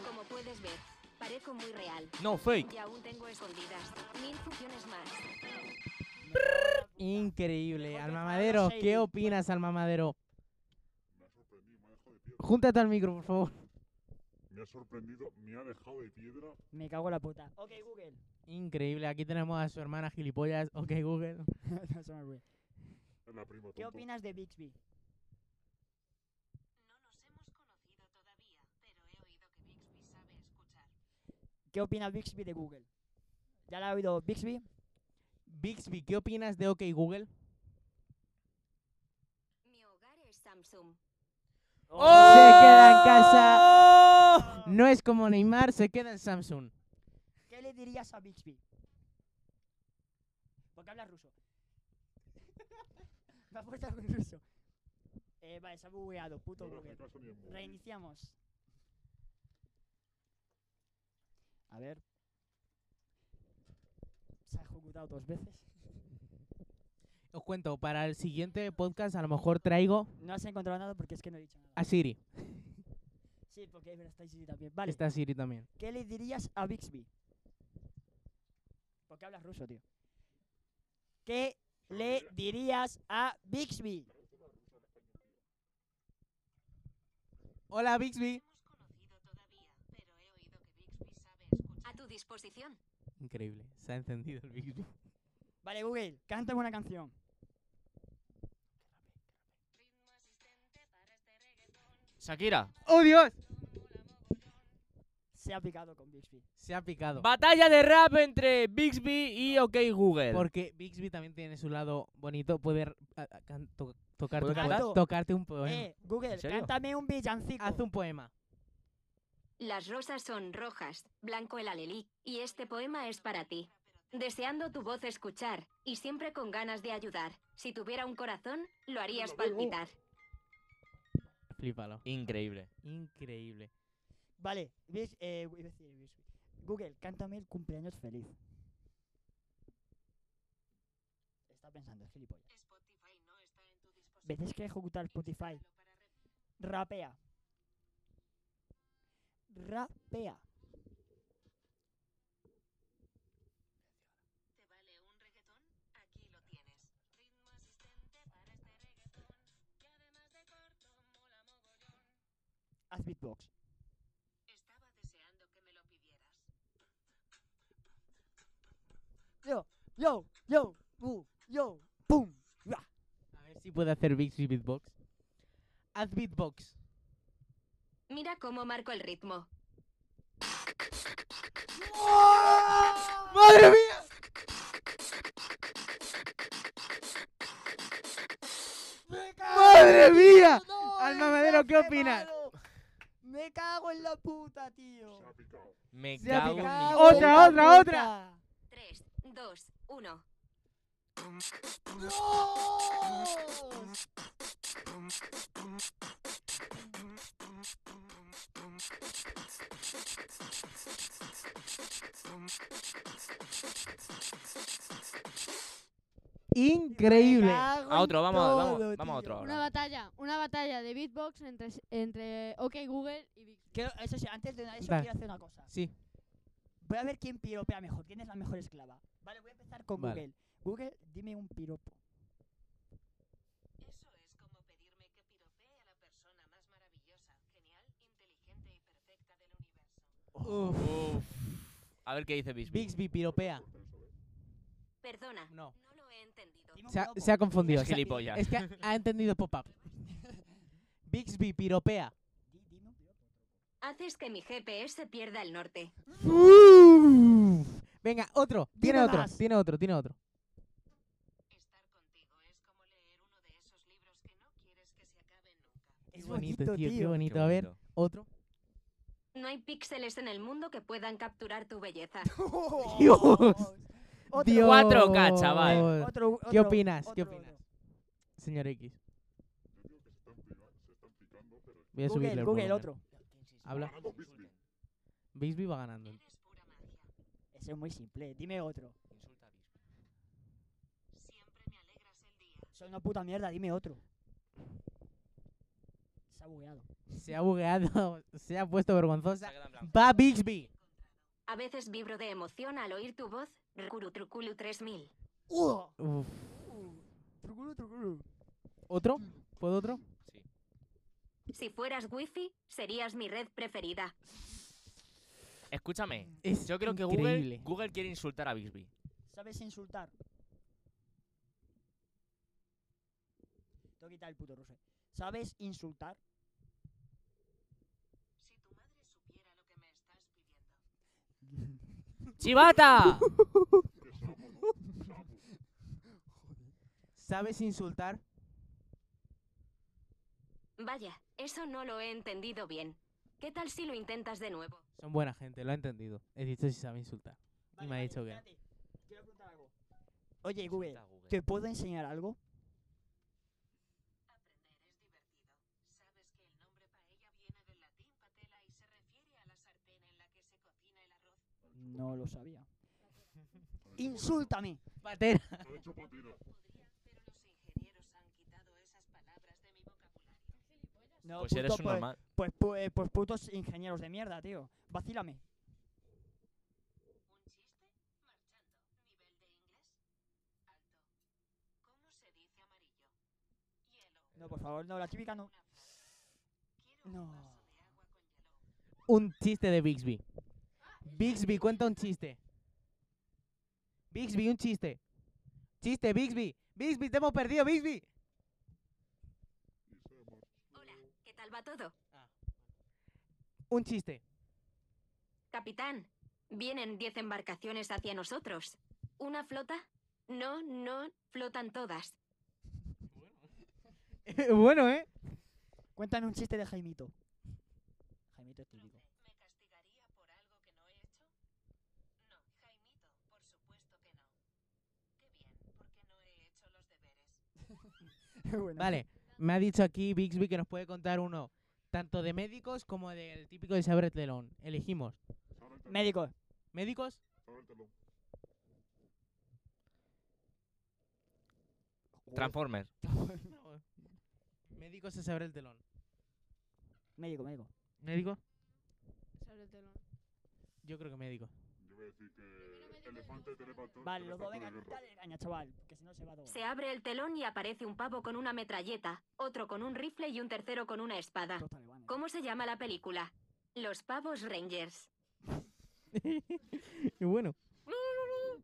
Speaker 4: Como puedes ver, parezco muy real.
Speaker 7: No, fake.
Speaker 4: Y aún tengo escondidas mil funciones más.
Speaker 3: Increíble.
Speaker 1: Mejor
Speaker 3: Alma
Speaker 1: preparada,
Speaker 3: Madero,
Speaker 1: Shady.
Speaker 3: ¿qué opinas, Alma Madero?
Speaker 5: Me ha sorprendido, me ha dejado de piedra.
Speaker 3: Júntate al micro, por favor.
Speaker 5: Me ha sorprendido, me ha dejado de piedra.
Speaker 1: Me cago en la puta. Ok, Google.
Speaker 3: Increíble, aquí tenemos a su hermana gilipollas. Ok, Google.
Speaker 1: <laughs> No se me olvide.
Speaker 5: Es la prima
Speaker 1: ¿Qué
Speaker 5: tonto.
Speaker 1: opinas de Bixby? ¿Qué opina Bixby de Google? ¿Ya la ha oído Bixby?
Speaker 3: Bixby, ¿qué opinas de OK Google?
Speaker 4: Mi hogar es Samsung.
Speaker 6: ¡Oh!
Speaker 3: Se queda en casa. No es como Neymar, se queda en Samsung.
Speaker 1: ¿Qué le dirías a Bixby? Porque habla ruso. Me ha puesto algo en ruso. Eh, vale, se ha bugueado, puto
Speaker 5: No le hace
Speaker 1: Google.
Speaker 5: caso ni en móvil.
Speaker 1: Reiniciamos. A ver. Se ha ejecutado dos veces.
Speaker 3: Os cuento, para el siguiente podcast a lo mejor traigo
Speaker 1: No has encontrado nada porque es que no he dicho nada.
Speaker 3: a Siri.
Speaker 1: Sí, porque es verdad, está Isisi también. Vale,
Speaker 3: Está Siri también.
Speaker 1: ¿qué le dirías a Bixby? Porque hablas ruso, tío. ¿Qué le dirías a Bixby?
Speaker 3: Hola, Bixby.
Speaker 4: A tu disposición.
Speaker 3: Increíble, se ha encendido el Bixby.
Speaker 1: Vale, Google, cántame una canción.
Speaker 7: Shakira.
Speaker 3: ¡Oh, Dios!
Speaker 1: Se ha picado con Bixby.
Speaker 3: Se ha picado.
Speaker 7: Batalla de rap entre Bixby y OK Google.
Speaker 3: Porque Bixby también tiene su lado bonito, poder tocarte,
Speaker 7: ¿Puedo
Speaker 3: un
Speaker 1: cantar?
Speaker 3: poema- tocarte un poema.
Speaker 1: Eh, Google,
Speaker 7: ¿En serio?
Speaker 1: cántame un villancico.
Speaker 3: Haz un poema.
Speaker 4: Las rosas son rojas, blanco el alelí, y este poema es para ti. Deseando tu voz escuchar, y siempre con ganas de ayudar. Si tuviera un corazón, lo harías palpitar.
Speaker 3: Flípalo.
Speaker 7: Increíble.
Speaker 3: Increíble.
Speaker 1: Vale, Bix- eh, iba a decir Bixby. Google, cántame el cumpleaños feliz. Está pensando, es gilipollas. Veces que ejecutar Spotify. Rapea. Rapea. este Haz beatbox. Yo, yo, yo, bu, yo, pum. ra.
Speaker 3: A ver si puede hacer Bixby beatbox. Haz beatbox.
Speaker 4: Mira cómo marco el ritmo.
Speaker 3: ¡Madre mía! ¡Madre mía!
Speaker 1: No,
Speaker 3: Alma
Speaker 1: esto
Speaker 3: Madero, ¿qué
Speaker 1: fue
Speaker 3: opinas?
Speaker 1: malo. Me cago en la puta, tío.
Speaker 5: Se ha picado.
Speaker 7: Me
Speaker 3: Se ha
Speaker 7: cago en
Speaker 3: picado.
Speaker 7: mi-
Speaker 3: Otra,
Speaker 1: la
Speaker 3: otra,
Speaker 1: puta.
Speaker 4: 3, 2, 1.
Speaker 3: Increíble.
Speaker 7: A otro, vamos, vamos, vamos a otro
Speaker 2: Una
Speaker 7: ahora.
Speaker 2: batalla, una batalla de beatbox entre, s- entre OK Google y Bixby.
Speaker 1: Quiero- eso sí, antes de nada, eso
Speaker 3: Vale.
Speaker 1: quiero hacer una cosa.
Speaker 3: Sí.
Speaker 1: Voy a ver quién piropea mejor, quién es la mejor esclava. Vale, voy a empezar con
Speaker 3: Vale.
Speaker 1: Google. Google, dime un piropo.
Speaker 3: Uf.
Speaker 7: Uf. A ver qué dice Bixby.
Speaker 3: Bixby piropea.
Speaker 4: Perdona,
Speaker 3: No.
Speaker 4: no lo he entendido.
Speaker 3: Se ha, se ha confundido.
Speaker 6: Es
Speaker 3: se ha-
Speaker 6: gilipollas.
Speaker 3: es que ha, ha entendido pop-up. <laughs> Bixby piropea.
Speaker 4: Haces que mi GPS pierda el norte.
Speaker 3: Uf. Venga, otro. Tiene
Speaker 1: Dime
Speaker 3: otro,
Speaker 1: más.
Speaker 3: tiene otro, tiene otro.
Speaker 4: Estar contigo es como leer uno de esos libros que no quieres que se acaben nunca.
Speaker 1: Es
Speaker 3: Qué bonito,
Speaker 1: bonito,
Speaker 3: tío, qué
Speaker 1: <laughs> tío.
Speaker 3: bonito. A ver, otro.
Speaker 4: No hay píxeles en el mundo que puedan capturar tu belleza.
Speaker 3: Dios.
Speaker 1: Otro,
Speaker 3: Dios.
Speaker 7: 4K, chaval.
Speaker 1: otro, otro,
Speaker 3: ¿Qué opinas? ¿Qué
Speaker 1: otro,
Speaker 3: opinas?
Speaker 1: otro.
Speaker 3: Señor X.
Speaker 5: digo que se están, pica- se están picando, pero
Speaker 3: Voy a subirle
Speaker 1: Google,
Speaker 3: el
Speaker 1: Google,
Speaker 3: volumen.
Speaker 1: otro.
Speaker 3: Habla.
Speaker 5: ganando Bisbee.
Speaker 3: Bixby va ganando.
Speaker 4: Eres pura magia.
Speaker 1: Ese es muy simple. Dime otro.
Speaker 4: Siempre me alegras el día.
Speaker 1: Eso es una puta mierda. Dime otro. Se ha bugueado.
Speaker 3: Se ha bugueado, <laughs> se ha puesto vergonzosa. Va Bixby.
Speaker 4: A veces vibro de emoción al oír tu voz. Rucurutruculu 3000.
Speaker 1: ¡Uh!
Speaker 3: Uf.
Speaker 1: Trucuru, trucuru.
Speaker 3: ¿Otro? ¿Puedo otro?
Speaker 4: Si fueras wifi, serías mi red preferida.
Speaker 6: Escúchame.
Speaker 3: Es
Speaker 6: Yo creo que Google,
Speaker 3: increíble.
Speaker 6: Google quiere insultar a Bixby.
Speaker 1: ¿Sabes insultar? Tengo que quitar el puto ruso. ¿Sabes insultar?
Speaker 4: Si tu madre supiera lo que me estás pidiendo.
Speaker 7: ¡Chivata!
Speaker 1: <laughs>
Speaker 3: ¿Sabes insultar?
Speaker 4: Vaya, eso no lo he entendido bien. ¿Qué tal si lo intentas de nuevo?
Speaker 3: Son buena gente, lo ha entendido. He dicho si sabe insultar.
Speaker 1: Vale,
Speaker 3: me ha
Speaker 1: vale,
Speaker 3: dicho que no.
Speaker 1: espérate. Quiero preguntar algo. Oye, Google, ¿te puedo enseñar algo?
Speaker 4: Aprender es divertido. Sabes que el nombre paella viene del latín patela y se refiere a la sartén en la que se cocina el arroz.
Speaker 1: No lo sabía. ¡Insúltame!
Speaker 3: Patera.
Speaker 5: Lo ha hecho Patino.
Speaker 4: Podría, pero los ingenieros han quitado esas palabras de mi vocabulario.
Speaker 1: No,
Speaker 6: Pues eres
Speaker 1: puto,
Speaker 6: un normal.
Speaker 1: Pues, pues, pues putos ingenieros de mierda, tío. Vacílame.
Speaker 4: ¿Un chiste? Marchando. ¿Nivel de inglés? Alto. ¿Cómo se dice amarillo? Hielo.
Speaker 1: No, por favor, no, la típica no.
Speaker 4: Una frase. Quiero
Speaker 1: No.
Speaker 4: un vaso de agua con hielo.
Speaker 3: Un chiste de Bixby. Bixby, cuenta un chiste. Bixby, un chiste. Chiste, Bixby. Bixby, te hemos perdido, Bixby.
Speaker 4: Hola, ¿qué tal va todo?
Speaker 3: Un chiste. <laughs>
Speaker 4: Capitán, vienen 10 embarcaciones hacia nosotros. ¿Una flota? No, no, flotan todas.
Speaker 3: bueno, ¿eh?
Speaker 1: Cuéntame un chiste de Jaimito. Jaimito es <laughs> típico.
Speaker 4: ¿Me castigaría por algo que no he hecho? No, Jaimito, por supuesto que no. Qué bien, porque no he hecho los deberes.
Speaker 1: Bueno,
Speaker 3: Vale, me ha dicho aquí Bixby que nos puede contar uno tanto de médicos como del típico de Sabret Lelón. Elegimos.
Speaker 5: Ahora el telón,
Speaker 1: Médico.
Speaker 3: ¿Médicos?
Speaker 5: ahora el telón.
Speaker 6: Transformers.
Speaker 3: Médicos se Sabret Lelón.
Speaker 1: Médico, médico.
Speaker 3: ¿Médicos?
Speaker 2: Sobre el telón.
Speaker 3: Yo creo que
Speaker 1: <laughs>
Speaker 3: médicos.
Speaker 5: Yo voy a decir que elefante telepato.
Speaker 1: Vale, los dos, venga,
Speaker 5: telepato de guerra.
Speaker 1: dale caña, chaval. Que si no se va todo.
Speaker 4: Se abre el telón y aparece un pavo con una metralleta, otro con un rifle y un tercero con una espada.
Speaker 1: Los talibanes.
Speaker 4: ¿Cómo se llama la película? Los pavos Rangers.
Speaker 3: Y bueno,
Speaker 1: Joder.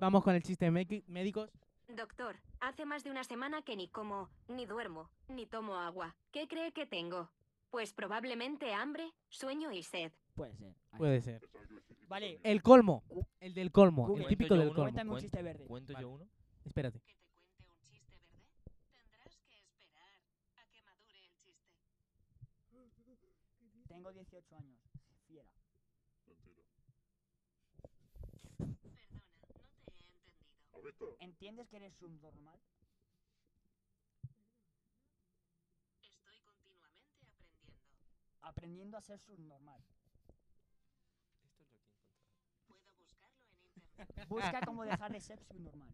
Speaker 3: vamos con el chiste de mequi- médicos.
Speaker 4: Doctor, hace más de una semana que ni como, ni duermo, ni tomo agua. ¿Qué cree que tengo? Pues probablemente hambre, sueño y sed.
Speaker 1: Puede ser. Ahí
Speaker 3: Puede ser.
Speaker 1: Vale.
Speaker 3: El colmo. El del colmo.
Speaker 1: Google.
Speaker 3: El típico del colmo.
Speaker 1: Cuéntame un chiste verde.
Speaker 6: ¿Cuento
Speaker 3: Vale.
Speaker 6: yo uno?
Speaker 3: Espérate.
Speaker 4: ¿Que te cuente un chiste verde? Tendrás que esperar a que madure el chiste.
Speaker 1: Tengo 18 años. Fiera.
Speaker 4: Perdona, no te he entendido.
Speaker 5: ¿Has visto?
Speaker 1: ¿Entiendes que eres subnormal?
Speaker 4: Estoy continuamente
Speaker 1: Aprendiendo
Speaker 4: aprendiendo.
Speaker 1: a ser subnormal.
Speaker 4: Puedo buscarlo en internet.
Speaker 1: <laughs> Busca cómo dejar de ser subnormal.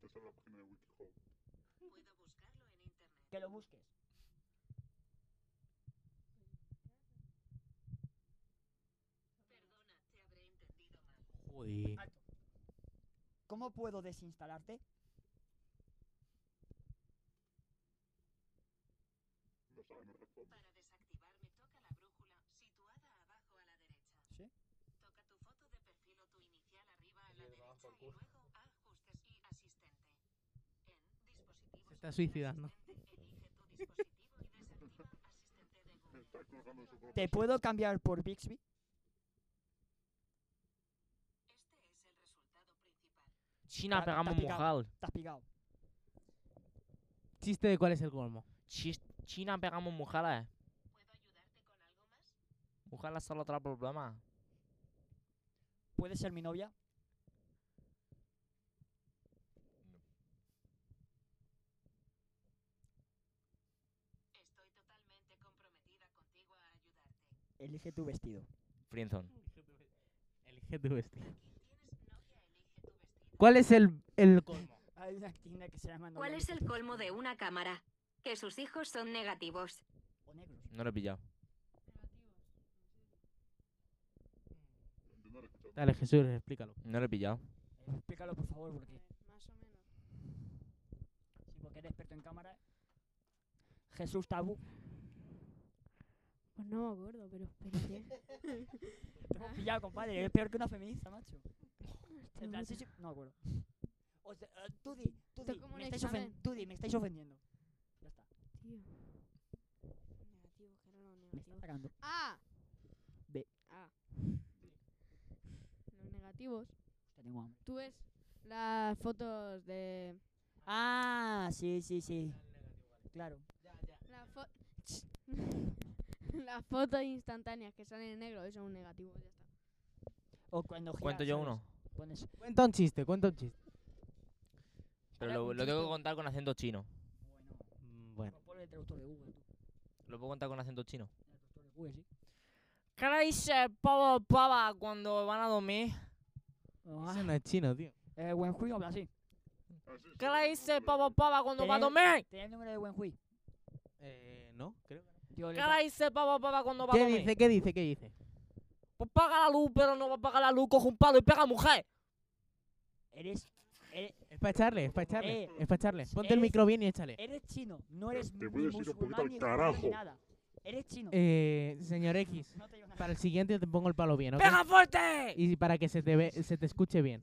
Speaker 5: Esta es la página de WikiHow.
Speaker 4: Puedo buscarlo en internet.
Speaker 1: Que lo busques.
Speaker 4: Perdona, te habré entendido mal.
Speaker 1: Alto. ¿Cómo puedo
Speaker 4: <laughs>
Speaker 1: desinstalarte?
Speaker 5: No sabe, no responde.
Speaker 4: Para desactivarme, toca la brújula situada abajo a la derecha.
Speaker 1: ¿Sí?
Speaker 4: Toca tu foto de perfil o tu inicial arriba a la derecha y luego ajustes y así
Speaker 3: está suicidando.
Speaker 5: Está colgando su propio
Speaker 1: ¿Te puedo cambiar por Bixby?
Speaker 7: China
Speaker 1: Ta- ta
Speaker 7: pegamos
Speaker 1: picao.
Speaker 7: mojal.
Speaker 1: Estás picado.
Speaker 3: Chiste de cuál es el colmo.
Speaker 7: Chis- China pegamos eh. mojala. Mojala solo otro problema.
Speaker 1: ¿Puedes ser mi novia? Elige tu vestido.
Speaker 7: Frienzon.
Speaker 3: Elige tu vestido. ¿Cuál es el, el colmo?
Speaker 1: Hay una tienda que se llama novia
Speaker 4: ¿Cuál
Speaker 1: que
Speaker 4: es
Speaker 1: te
Speaker 4: el
Speaker 1: elige
Speaker 4: colmo
Speaker 1: tu
Speaker 4: de
Speaker 1: vestido.
Speaker 4: una cámara? Que sus hijos son negativos.
Speaker 1: O negros.
Speaker 7: No lo he pillado.
Speaker 3: Dale, Jesús, explícalo.
Speaker 7: No lo he pillado.
Speaker 1: Eh, Explícalo, por favor, porque,
Speaker 2: Más o menos.
Speaker 1: sí, porque eres experto en cámara. Jesús Tabú.
Speaker 2: Pues no me acuerdo, pero <laughs> espérate.
Speaker 1: Te hemos pillado, compadre. Es peor que una feminista, macho. En plan, sí, sí, no me acuerdo. O sea, eh, tú di, tú
Speaker 2: Esto
Speaker 1: di,
Speaker 2: como un
Speaker 1: me estáis, ofen-
Speaker 2: examen.
Speaker 1: tú di, me estáis ofendiendo. Ya está.
Speaker 2: Tío. Negativo, que
Speaker 1: Me
Speaker 2: no,
Speaker 1: estás
Speaker 2: negativo. Ah.
Speaker 1: atacando.
Speaker 2: A.
Speaker 1: B.
Speaker 2: A. Los negativos.
Speaker 1: Hostia, tengo hambre.
Speaker 2: Tú ves las fotos de.
Speaker 1: Ah, sí, sí, sí. Claro.
Speaker 2: Las <laughs> las fotos instantáneas que salen en negro, eso es un negativo, ya está.
Speaker 1: O cuando gira,
Speaker 7: Cuento yo
Speaker 1: ¿sabes?
Speaker 7: uno.
Speaker 1: Pones.
Speaker 3: Cuenta un chiste, cuenta un chiste.
Speaker 7: Pero
Speaker 1: Ahora
Speaker 7: lo,
Speaker 1: un
Speaker 7: lo tengo que
Speaker 1: chiste.
Speaker 7: contar con acento chino.
Speaker 3: Mm, Bueno.
Speaker 1: Bueno, ponle el traductor de Google. tú.
Speaker 7: Lo puedo contar con acento chino.
Speaker 1: El traductor de Google, sí.
Speaker 7: ¿Qué le dice pavo pava cuando van a dormir?
Speaker 1: Ah,
Speaker 3: Ese no es chino, tío.
Speaker 1: Eh, Wenhui habla así.
Speaker 5: Así
Speaker 7: ¿Qué
Speaker 5: solo,
Speaker 7: le dice
Speaker 5: hombre.
Speaker 7: pavo pava cuando va a
Speaker 1: Tenemos-
Speaker 7: dormir?
Speaker 1: ¿Tenía el número de Wenhui?
Speaker 3: Eh, no, creo.
Speaker 1: Tío, le
Speaker 7: ¿Qué
Speaker 1: sa-
Speaker 7: le dice pavo pava cuando va a
Speaker 3: ¿Qué
Speaker 7: dormir?
Speaker 3: dice, qué dice, qué dice?
Speaker 7: Pues paga la luz, pero no va a pagar la luz, coge un palo y pega a mujer.
Speaker 1: eres, eres,
Speaker 3: Es para echarle, es para echarle,
Speaker 1: Eh,
Speaker 3: es para echarle. Ponte el
Speaker 1: eres-
Speaker 3: micro bien y échale.
Speaker 1: eres chino, no eres
Speaker 5: Te
Speaker 1: ni
Speaker 5: puedes ir un poquito
Speaker 1: musulmán
Speaker 5: al
Speaker 1: ni judío ni
Speaker 5: carajo.
Speaker 1: nada. Eres chino.
Speaker 3: Eh, señor X,
Speaker 1: No te digo nada.
Speaker 3: para el siguiente te pongo el palo bien, ¿ok?
Speaker 7: ¡Pega fuerte!
Speaker 3: Y para que se te, ve- se te escuche bien.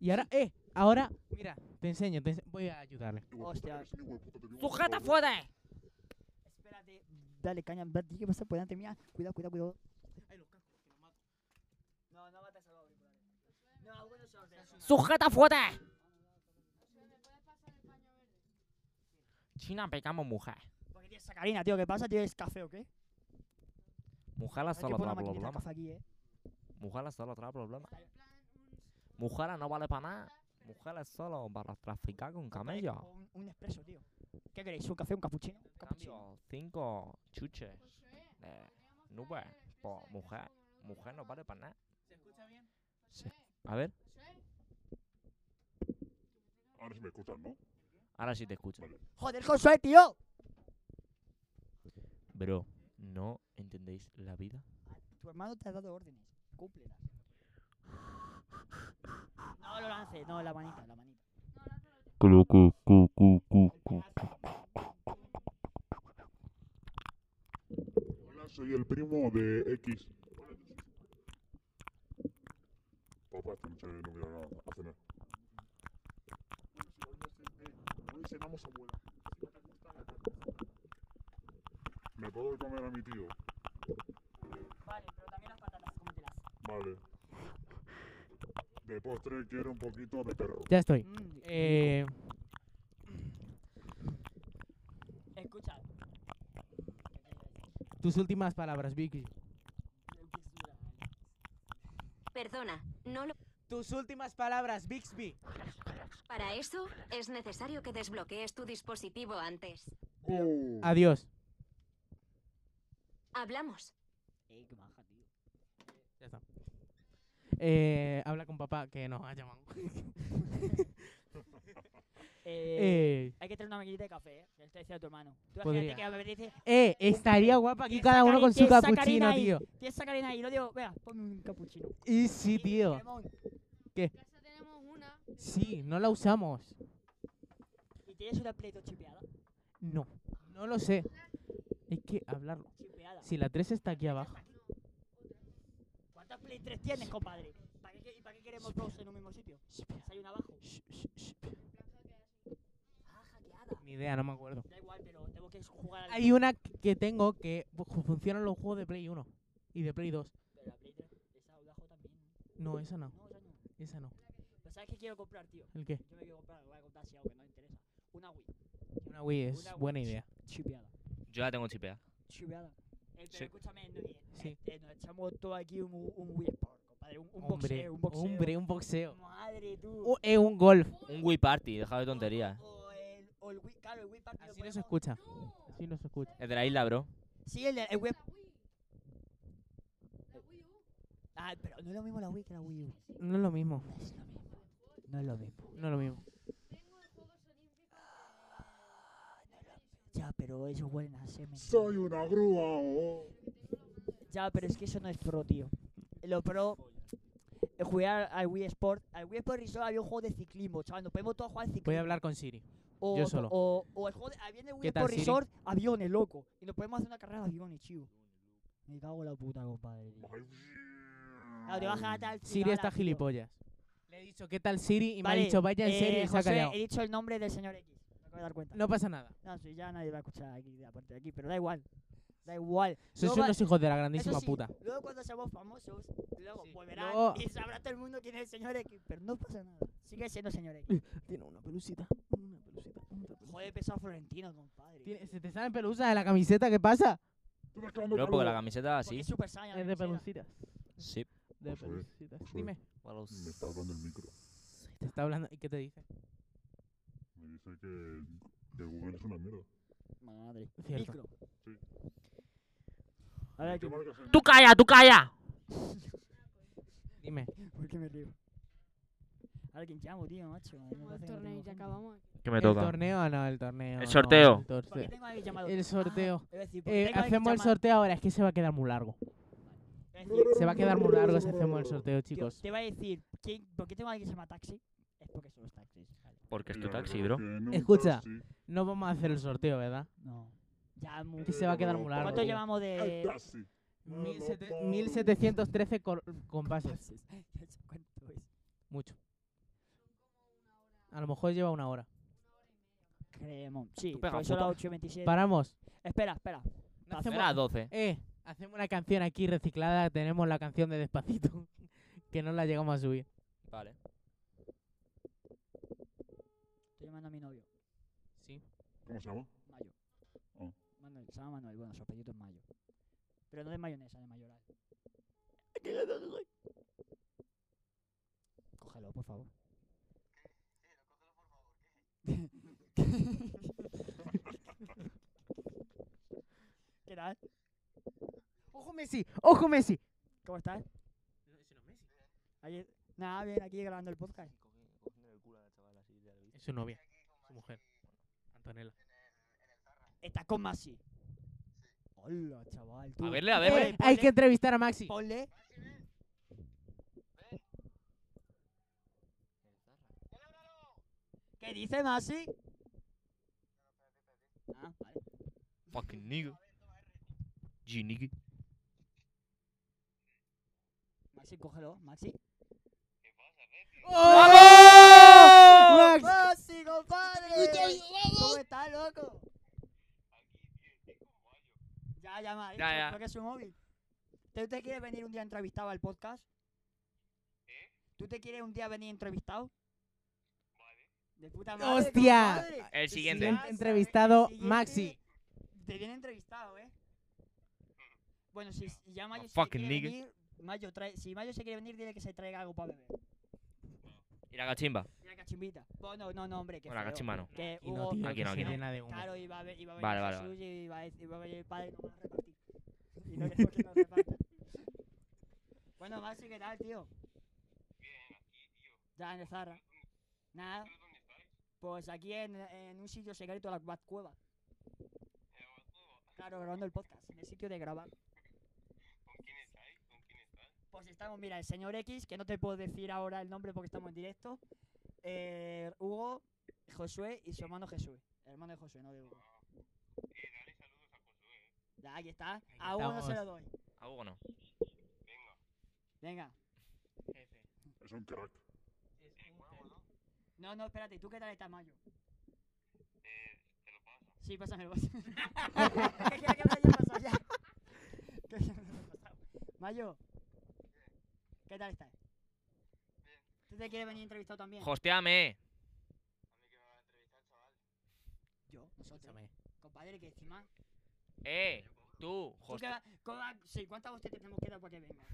Speaker 3: Y ahora, eh, ahora, mira, te enseño, te ense- voy a ayudarle.
Speaker 5: Hijo de puta,
Speaker 1: Hostia.
Speaker 5: eres un hijo de puta, te digo una
Speaker 7: ¡Sujeta
Speaker 5: cosa,
Speaker 7: fuerte!
Speaker 1: Espérate, dale caña, va, di que pasa por delante mía. Cuidado, cuidado, cuidado. No, no mates a los auriculares. No, algunos se los dejo.
Speaker 7: ¡Sujeta fuerte! China pegamos mujer.
Speaker 1: Porque tienes sacarina, tío, ¿qué pasa? ¿Tienes café o qué?
Speaker 7: Mujala
Speaker 1: Hay que
Speaker 7: solo
Speaker 1: poner
Speaker 7: trae
Speaker 1: una maquinita de
Speaker 7: problemas.
Speaker 1: café aquí, eh.
Speaker 7: Mujala solo trae problemas. Mujala no vale para nada. Mujala solo para traficar con camellos.
Speaker 1: Un, un expreso, tío. ¿Qué queréis? ¿Un café, un capuchino? Un capuchino.
Speaker 7: Cambio cinco chuches de nube por mujer. Mujer no vale para nada. ¿Se escucha bien? A ver,
Speaker 5: Ahora sí me escuchas, ¿no?
Speaker 7: ahora sí te escucho.
Speaker 1: Joder, Josué, tío.
Speaker 7: Bro, ¿no entendéis la vida?
Speaker 1: Tu hermano te ha dado órdenes. Cúmplelas. No lo lances, no, la manita, la manita.
Speaker 5: Hola, soy el primo de X. Papá, esta noche no voy a, a cenar. Hoy cenamos abuela. ¿Me puedo comer a mi tío?
Speaker 1: Vale, pero también las patatas, cómetelas.
Speaker 5: Vale. De postre quiero un poquito de perro.
Speaker 3: Ya estoy.
Speaker 1: Mm,
Speaker 3: Eh,
Speaker 1: Escucha.
Speaker 3: tus últimas palabras, Vicky.
Speaker 4: Perdona, no lo...
Speaker 3: Tus últimas palabras, Bixby.
Speaker 4: Para eso, es necesario que desbloquees tu dispositivo antes.
Speaker 5: Oh,
Speaker 3: Adiós.
Speaker 4: Hablamos.
Speaker 1: Ey, Eh, qué maja, tío.
Speaker 3: Ya está. Eh, habla con papá que nos ha llamado.
Speaker 1: Eh,
Speaker 3: <laughs> Eh,
Speaker 1: Hay que tener una maquinita de café, eh. Te lo está diciendo tu hermano. Tú
Speaker 3: Podría.
Speaker 1: imagínate que a ver dice,
Speaker 3: eh, estaría guapa aquí
Speaker 1: Tienes
Speaker 3: cada uno
Speaker 1: sacarín-
Speaker 3: con su
Speaker 1: tienes
Speaker 3: capuchino,
Speaker 1: sacarina ahí.
Speaker 3: tío.
Speaker 1: tienes sacarina ahí, lo digo, vea, ponme un capuchino.
Speaker 3: Y sí, tío.
Speaker 1: Lemón.
Speaker 2: En casa tenemos una.
Speaker 3: Sí, no la usamos.
Speaker 1: Y tienes una pleito chipeada.
Speaker 3: No. No lo sé. Hay que hablarlo.
Speaker 1: Chipeada.
Speaker 3: Si la 3 está aquí abajo.
Speaker 1: ¿Cuántas Play 3 tienes, compadre? ¿Para qué, ¿Y para qué queremos dos en un mismo sitio? Si hay una abajo.
Speaker 3: Ni idea, no me acuerdo.
Speaker 1: Da igual, pero tengo que jugar al.
Speaker 3: Hay una que tengo que fu- funciona en los juegos de Play 1 y de Play 2.
Speaker 1: Pero la Play 3, esa o la J también.
Speaker 3: No, esa no.
Speaker 1: No, esa no.
Speaker 3: Esa no.
Speaker 1: Pero ¿sabes qué quiero comprar, tío?
Speaker 3: ¿El qué?
Speaker 1: Yo me quiero comprar, voy a comprar si algo que no me interesa. Una Wii.
Speaker 3: Una Wii es
Speaker 1: Una Wii.
Speaker 3: buena idea.
Speaker 1: Chipeada.
Speaker 7: Yo la tengo chipeada.
Speaker 1: Chipeada. Eh, pero
Speaker 7: Sí.
Speaker 1: escúchame, no, eh,
Speaker 3: Sí.
Speaker 1: eh, nos echamos todo aquí un, un Wii Sport, compadre. Un, un
Speaker 3: hombre,
Speaker 1: boxeo, un boxeo.
Speaker 3: hombre, un boxeo.
Speaker 1: Madre, tú.
Speaker 3: U- eh, un golf.
Speaker 7: Un Wii Party, deja de
Speaker 1: O-
Speaker 7: tonterías.
Speaker 1: O, el, o el Wii, claro, el Wii Party. lo
Speaker 3: Así no se
Speaker 1: ponemos-
Speaker 3: escucha. Así no se escucha.
Speaker 7: Es de la isla, bro.
Speaker 1: Sí, el, el Wii. Eh.
Speaker 2: La Wii U.
Speaker 1: Ah, pero no es lo mismo la Wii que la Wii U.
Speaker 3: No es lo mismo.
Speaker 1: No es lo mismo. No es lo mismo.
Speaker 3: No es lo mismo.
Speaker 1: Ya, pero eso huele a semen.
Speaker 5: Soy una grúa. oh.
Speaker 1: Ya, pero es que eso no es pro, tío. Lo pro. eh, Jugar al Wii Sport. Al Wii Sport y solo había un juego de ciclismo, chaval. Nos podemos todos jugar al ciclismo.
Speaker 3: Voy a hablar con Siri.
Speaker 1: o,
Speaker 3: yo solo.
Speaker 1: O, o el juego de, había en el Wii
Speaker 3: ¿Qué tal,
Speaker 1: Sport
Speaker 3: Siri?
Speaker 1: Resort aviones, loco. Y nos podemos hacer una carrera de aviones, chivo. Me cago en la puta, compadre. tío. Claro, te bajas a tal
Speaker 3: Siri
Speaker 1: chigala,
Speaker 3: está
Speaker 1: tío.
Speaker 3: gilipollas. Le he dicho, ¿qué tal Siri? Y me
Speaker 1: Vale,
Speaker 3: ha dicho, vaya en
Speaker 1: eh,
Speaker 3: serio, y se ha
Speaker 1: José,
Speaker 3: callado.
Speaker 1: he dicho el nombre del señor X. Me acabo de dar cuenta.
Speaker 3: No pasa nada.
Speaker 1: No, sí, ya nadie va a escuchar aquí, de la parte de aquí, pero da igual. Da igual.
Speaker 3: Sois
Speaker 1: va-
Speaker 3: unos hijos de la
Speaker 1: Eso
Speaker 3: grandísima
Speaker 1: sí,
Speaker 3: puta.
Speaker 1: Luego cuando seamos famosos, luego volverán
Speaker 3: luego-
Speaker 1: y sabrá todo el mundo quién es el señor X. Pero no pasa nada. Sigue siendo señor
Speaker 3: <laughs>
Speaker 1: X.
Speaker 3: Tiene una pelucita. Una pelucita.
Speaker 1: Joder, pesado Florentino, compadre.
Speaker 3: ¿Se te salen pelusas de la camiseta? ¿qué pasa?
Speaker 5: Tú me estás dando
Speaker 7: Bro, porque la
Speaker 5: calor.
Speaker 7: camiseta
Speaker 1: Porque
Speaker 7: así.
Speaker 1: es Super Saiyan.
Speaker 3: ¿Ah, Es
Speaker 1: la
Speaker 3: de
Speaker 1: camiseta.
Speaker 3: pelucitas.
Speaker 7: Sí.
Speaker 3: De
Speaker 5: Pues a ver,
Speaker 3: pelucitas.
Speaker 5: pues a ver.
Speaker 3: Dime.
Speaker 5: Me está hablando el micro.
Speaker 3: Te está hablando. ¿Y qué te dice?
Speaker 5: Me dice que, que Google es una mierda.
Speaker 1: Madre.
Speaker 3: Cierto.
Speaker 1: Micro.
Speaker 5: Sí.
Speaker 1: A ver,
Speaker 5: ¿Qué
Speaker 1: ¿qué-
Speaker 5: marcas en-
Speaker 6: ¡Tú calla, tú calla!
Speaker 3: Dime.
Speaker 1: ¿por qué me río? A ver, ¿quién llamo, tío, macho? Me
Speaker 2: Hacemos
Speaker 1: parece
Speaker 2: el
Speaker 1: que no
Speaker 2: torneo y
Speaker 1: tengo
Speaker 2: ya
Speaker 1: gente.
Speaker 2: acabamos aquí.
Speaker 6: Que
Speaker 3: ¿El torneo o no? El torneo. no,
Speaker 6: sorteo.
Speaker 3: el torneo.
Speaker 1: ¿Por qué tengo a mi llamado?
Speaker 3: El
Speaker 1: Ah,
Speaker 3: sorteo.
Speaker 1: iba a decir, ¿por qué
Speaker 3: Eh,
Speaker 1: tengo a mi
Speaker 3: hacemos el
Speaker 1: llamado?
Speaker 3: sorteo ahora, es que se va a quedar muy largo.
Speaker 1: Iba a decir,
Speaker 3: Se va a quedar muy largo si hacemos el sorteo,
Speaker 1: tío,
Speaker 3: chicos.
Speaker 1: Te iba a decir, ¿quién- ¿por qué tengo a alguien que se llama Taxi? Es porque son los taxis. vale.
Speaker 7: Porque es
Speaker 5: La
Speaker 7: tu
Speaker 5: verdad
Speaker 7: taxi, bro.
Speaker 5: que en un
Speaker 3: Escucha.
Speaker 5: taxi-
Speaker 3: No vamos a hacer el sorteo, ¿verdad?
Speaker 1: No. Ya,
Speaker 3: Es
Speaker 1: muy...
Speaker 3: que se va a quedar muy largo.
Speaker 1: ¿Cuánto
Speaker 3: tío.
Speaker 1: llevamos
Speaker 5: Al
Speaker 1: de...?
Speaker 5: taxi.
Speaker 3: Eh, Mil sete- 1713 cor- compases.
Speaker 1: <laughs> Pases. ¿Cuánto es?
Speaker 3: Mucho. A lo mejor lleva una hora.
Speaker 1: Creemos. Sí, pues
Speaker 7: Tú pega,
Speaker 1: porque son
Speaker 7: puta.
Speaker 1: las 8 y 27.
Speaker 3: Paramos.
Speaker 1: Espera, espera.
Speaker 3: No
Speaker 1: Eh, Hace
Speaker 3: hacemos-
Speaker 7: Era a 12.
Speaker 3: Eh, hacemos una canción aquí reciclada. Tenemos la canción de Despacito. <laughs> que no la llegamos a subir.
Speaker 7: Vale.
Speaker 1: Estoy llamando a mi novio,
Speaker 3: Sí.
Speaker 5: ¿Cómo se llama?
Speaker 1: Mayo.
Speaker 5: Ah.
Speaker 1: Manuel, se llama Manuel. Bueno, su apellido es Mayo. Pero no de mayonesa, de mayoral. Cógelo, por favor. <laughs> ¿Qué tal?
Speaker 3: ¡Ojo Messi! ¡Ojo Messi!
Speaker 1: ¿Cómo estás? Ayer- Nada, bien, aquí grabando el podcast.
Speaker 3: Es su novia. Su mujer. Antonella.
Speaker 1: Está con Masi. Hola, chaval. tú.
Speaker 7: A verle, a
Speaker 1: Eh,
Speaker 7: verle.
Speaker 3: Hay
Speaker 1: ponle-
Speaker 3: que entrevistar a Maxi.
Speaker 1: Ponle. ¿Qué dice Masi? Ah, vale.
Speaker 7: Fucking nigga. G nigga.
Speaker 1: Maxi, cógelo, Maxi.
Speaker 3: ¡Oh! Max.
Speaker 1: ¡Maxi, compadre! ¿Cómo estás, loco? Ya, ya, me ha dicho,
Speaker 7: ya.
Speaker 1: creo que es su móvil. ¿Tú te quieres venir un día entrevistado al podcast? ¿Tú te quieres un día venir entrevistado? De puta madre.
Speaker 3: ¡Hostia!
Speaker 1: compadre.
Speaker 7: El siguiente.
Speaker 3: Siguiente entrevistado,
Speaker 1: Siguiente.
Speaker 3: Maxi.
Speaker 1: Te viene entrevistado, ¿eh? Bueno, si si ya Mayo se
Speaker 7: fucking
Speaker 1: quiere
Speaker 7: nigga.
Speaker 1: venir, Mayo trae, si Mayo se quiere venir, dile que se traiga algo para beber.
Speaker 7: Y la cachimba.
Speaker 1: Una cachimbita. Bueno, no, no, hombre, que
Speaker 7: Bueno, la cachimba no.
Speaker 1: Que
Speaker 3: Aquí
Speaker 1: Hugo-
Speaker 3: no, tío,
Speaker 7: Aquí
Speaker 3: que
Speaker 7: no,
Speaker 3: se
Speaker 7: aquí no.
Speaker 3: llena de humo.
Speaker 1: Claro, iba a, ve- iba a venir
Speaker 7: Vale, vale,
Speaker 1: Jesús y iba a, dec- iba a venir el padre y no van a repartir. Y no
Speaker 7: <laughs>
Speaker 1: queremos que nos repartan. bueno, Maxi, ¿qué tal, tío? Bien, aquí, tío. Ya, en el Zarra. Nada. Pues aquí en, en un sitio secreto, la Batcueva. Claro, grabando el podcast, en el sitio de grabar. Pues estamos, mira, el señor X, que no te puedo decir ahora el nombre porque estamos en directo. eh, Hugo, Josué y su hermano Jesús. El hermano de Josué, no de Hugo. Ya, aquí está. a Hugo no se lo doy.
Speaker 7: A Hugo no.
Speaker 1: Venga.
Speaker 5: Es un crack.
Speaker 1: No, no, espérate. ¿Tú qué tal estás, Mayo? Sí, pásame el WhatsApp. que ya, que me lo haya pasado ya. Que ya me lo haya pasado. Mayo, ¿qué tal estás? ¿Tú te quieres venir entrevistado también?
Speaker 7: Hosteame.
Speaker 1: Yo, nosotros. Compadre, que encima...
Speaker 7: Eh, tú,
Speaker 1: ¿tú qué
Speaker 7: hostia.
Speaker 1: va- cómo va- sí, ¿cuántas hostias te tenemos que dar para que venga?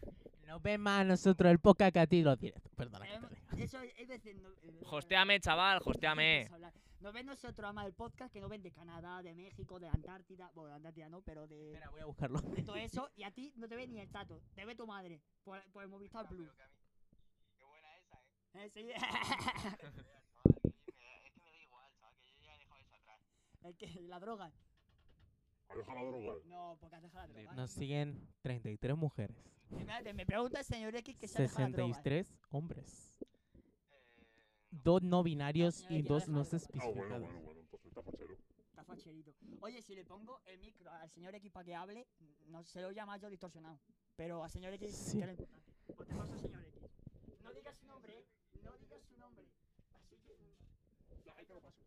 Speaker 3: Nos ves más a nosotros el podcast que a ti los directos. Perdona. que te
Speaker 1: Tenemos-
Speaker 3: diga.
Speaker 1: Eso es es decir... no- eh,
Speaker 7: Hosteame, chaval,
Speaker 1: Déjame
Speaker 7: hosteame.
Speaker 1: hablar. Nos ven nosotros, ama del podcast, que nos ven de Canadá, de México, de Antártida. Bueno, de Antártida no, pero de,
Speaker 3: Espera, voy a buscarlo.
Speaker 1: de todo eso. Y a ti no te ve ni el tato. Te ve tu madre. Por, por el Movistar Plus. Qué buena <laughs> esa, ¿eh? sí. ¿El qué? ¿La droga?
Speaker 5: Ha dejado Ah, la droga.
Speaker 1: No, porque has dejado la droga.
Speaker 3: Nos siguen 33 mujeres,
Speaker 1: Espérate, me pregunta el señor X que se ha dejado la droga. ¿eh?
Speaker 3: 63 hombres, dos no binarios
Speaker 1: señora
Speaker 3: y
Speaker 1: que no
Speaker 3: dos
Speaker 1: deja la
Speaker 3: no
Speaker 1: droga.
Speaker 5: Ah, bueno,
Speaker 3: especificados.
Speaker 5: bueno, bueno, entonces está fachero.
Speaker 1: Está facherito. Oye, si le pongo el micro al señor X para que hable, no se lo llama yo distorsionado. Pero al señor X
Speaker 3: Sí.
Speaker 1: que le importa. Pues te paso al señor X. No digas su nombre, ¿eh? no digas su nombre. Así que. Ahí te lo paso.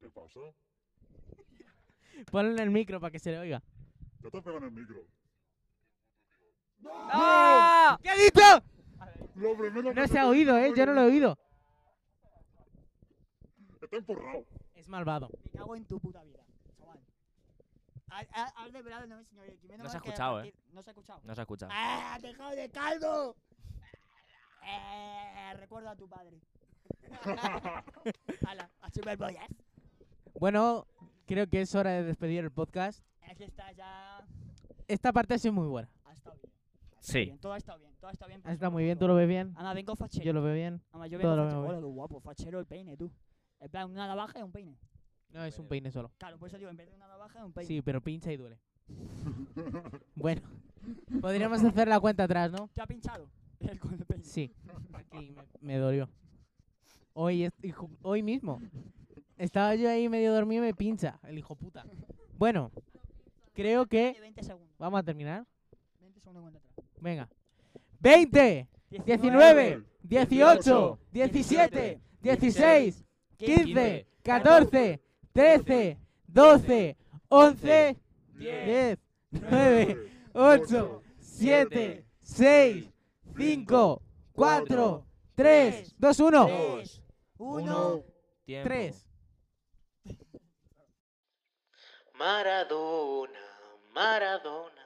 Speaker 5: ¿Qué pasa?
Speaker 3: Ponle en el micro para que se le oiga.
Speaker 5: Ya te pegan el micro.
Speaker 6: ¡Ah! ¿Qué ha dicho?
Speaker 5: Lo primero
Speaker 3: No
Speaker 5: que
Speaker 3: se ha oído, ¿eh? Yo no lo he oído.
Speaker 5: Está emporrado.
Speaker 3: Es malvado.
Speaker 1: Me cago en tu puta vida, chaval. Has- Has has desvelado el nombre del señor X. Menos
Speaker 6: No se
Speaker 1: mal
Speaker 6: ha
Speaker 1: que a
Speaker 6: escuchado, ¿eh?
Speaker 1: partir- No se ha escuchado.
Speaker 6: No se ha escuchado.
Speaker 1: ¡Ah! ¡Dejado de calvo! Eh, recuerda a tu
Speaker 3: <laughs>
Speaker 1: padre. Hala, a Superboyas.
Speaker 3: Bueno, creo que es hora de despedir el podcast.
Speaker 1: Aquí está ya.
Speaker 3: Esta parte ha sido muy buena.
Speaker 1: Ha estado bien.
Speaker 7: Sí.
Speaker 1: bien, todo ha estado bien, todo ha estado bien.
Speaker 3: Ha estado muy bien, tú lo ves bien.
Speaker 1: Ama, vengo fachero.
Speaker 3: Yo lo veo bien.
Speaker 1: Ama, yo
Speaker 3: todo
Speaker 1: vengo
Speaker 3: lo
Speaker 1: fachero.
Speaker 3: veo
Speaker 1: Hola, qué guapo, fachero el peine, tú. En plan, una navaja y un peine.
Speaker 3: No, es un peine solo.
Speaker 1: Claro, por eso digo, en vez de una navaja, un peine.
Speaker 3: Sí, pero pincha y duele. Bueno, podríamos hacer la cuenta atrás, ¿no?
Speaker 1: ¿Te ha pinchado? <laughs> El con el peine.
Speaker 3: Sí, aquí me, me dolió. Hoy, es- hijo- hoy mismo. Estaba yo ahí medio dormido y me pincha, el hijo puta. Bueno, creo
Speaker 1: De
Speaker 3: que
Speaker 1: 20 segundos.
Speaker 3: vamos a terminar.
Speaker 1: 20 segundos cuenta atrás.
Speaker 3: Venga. 20, 19, 18, 17, 16, 15, 14, 13, 12, 11, 10, 9, 8, 7, 6, 5, 4, 3, 2, 1.
Speaker 1: Dos, uno.
Speaker 7: Tiempo.
Speaker 3: 3.
Speaker 8: Maradona, Maradona,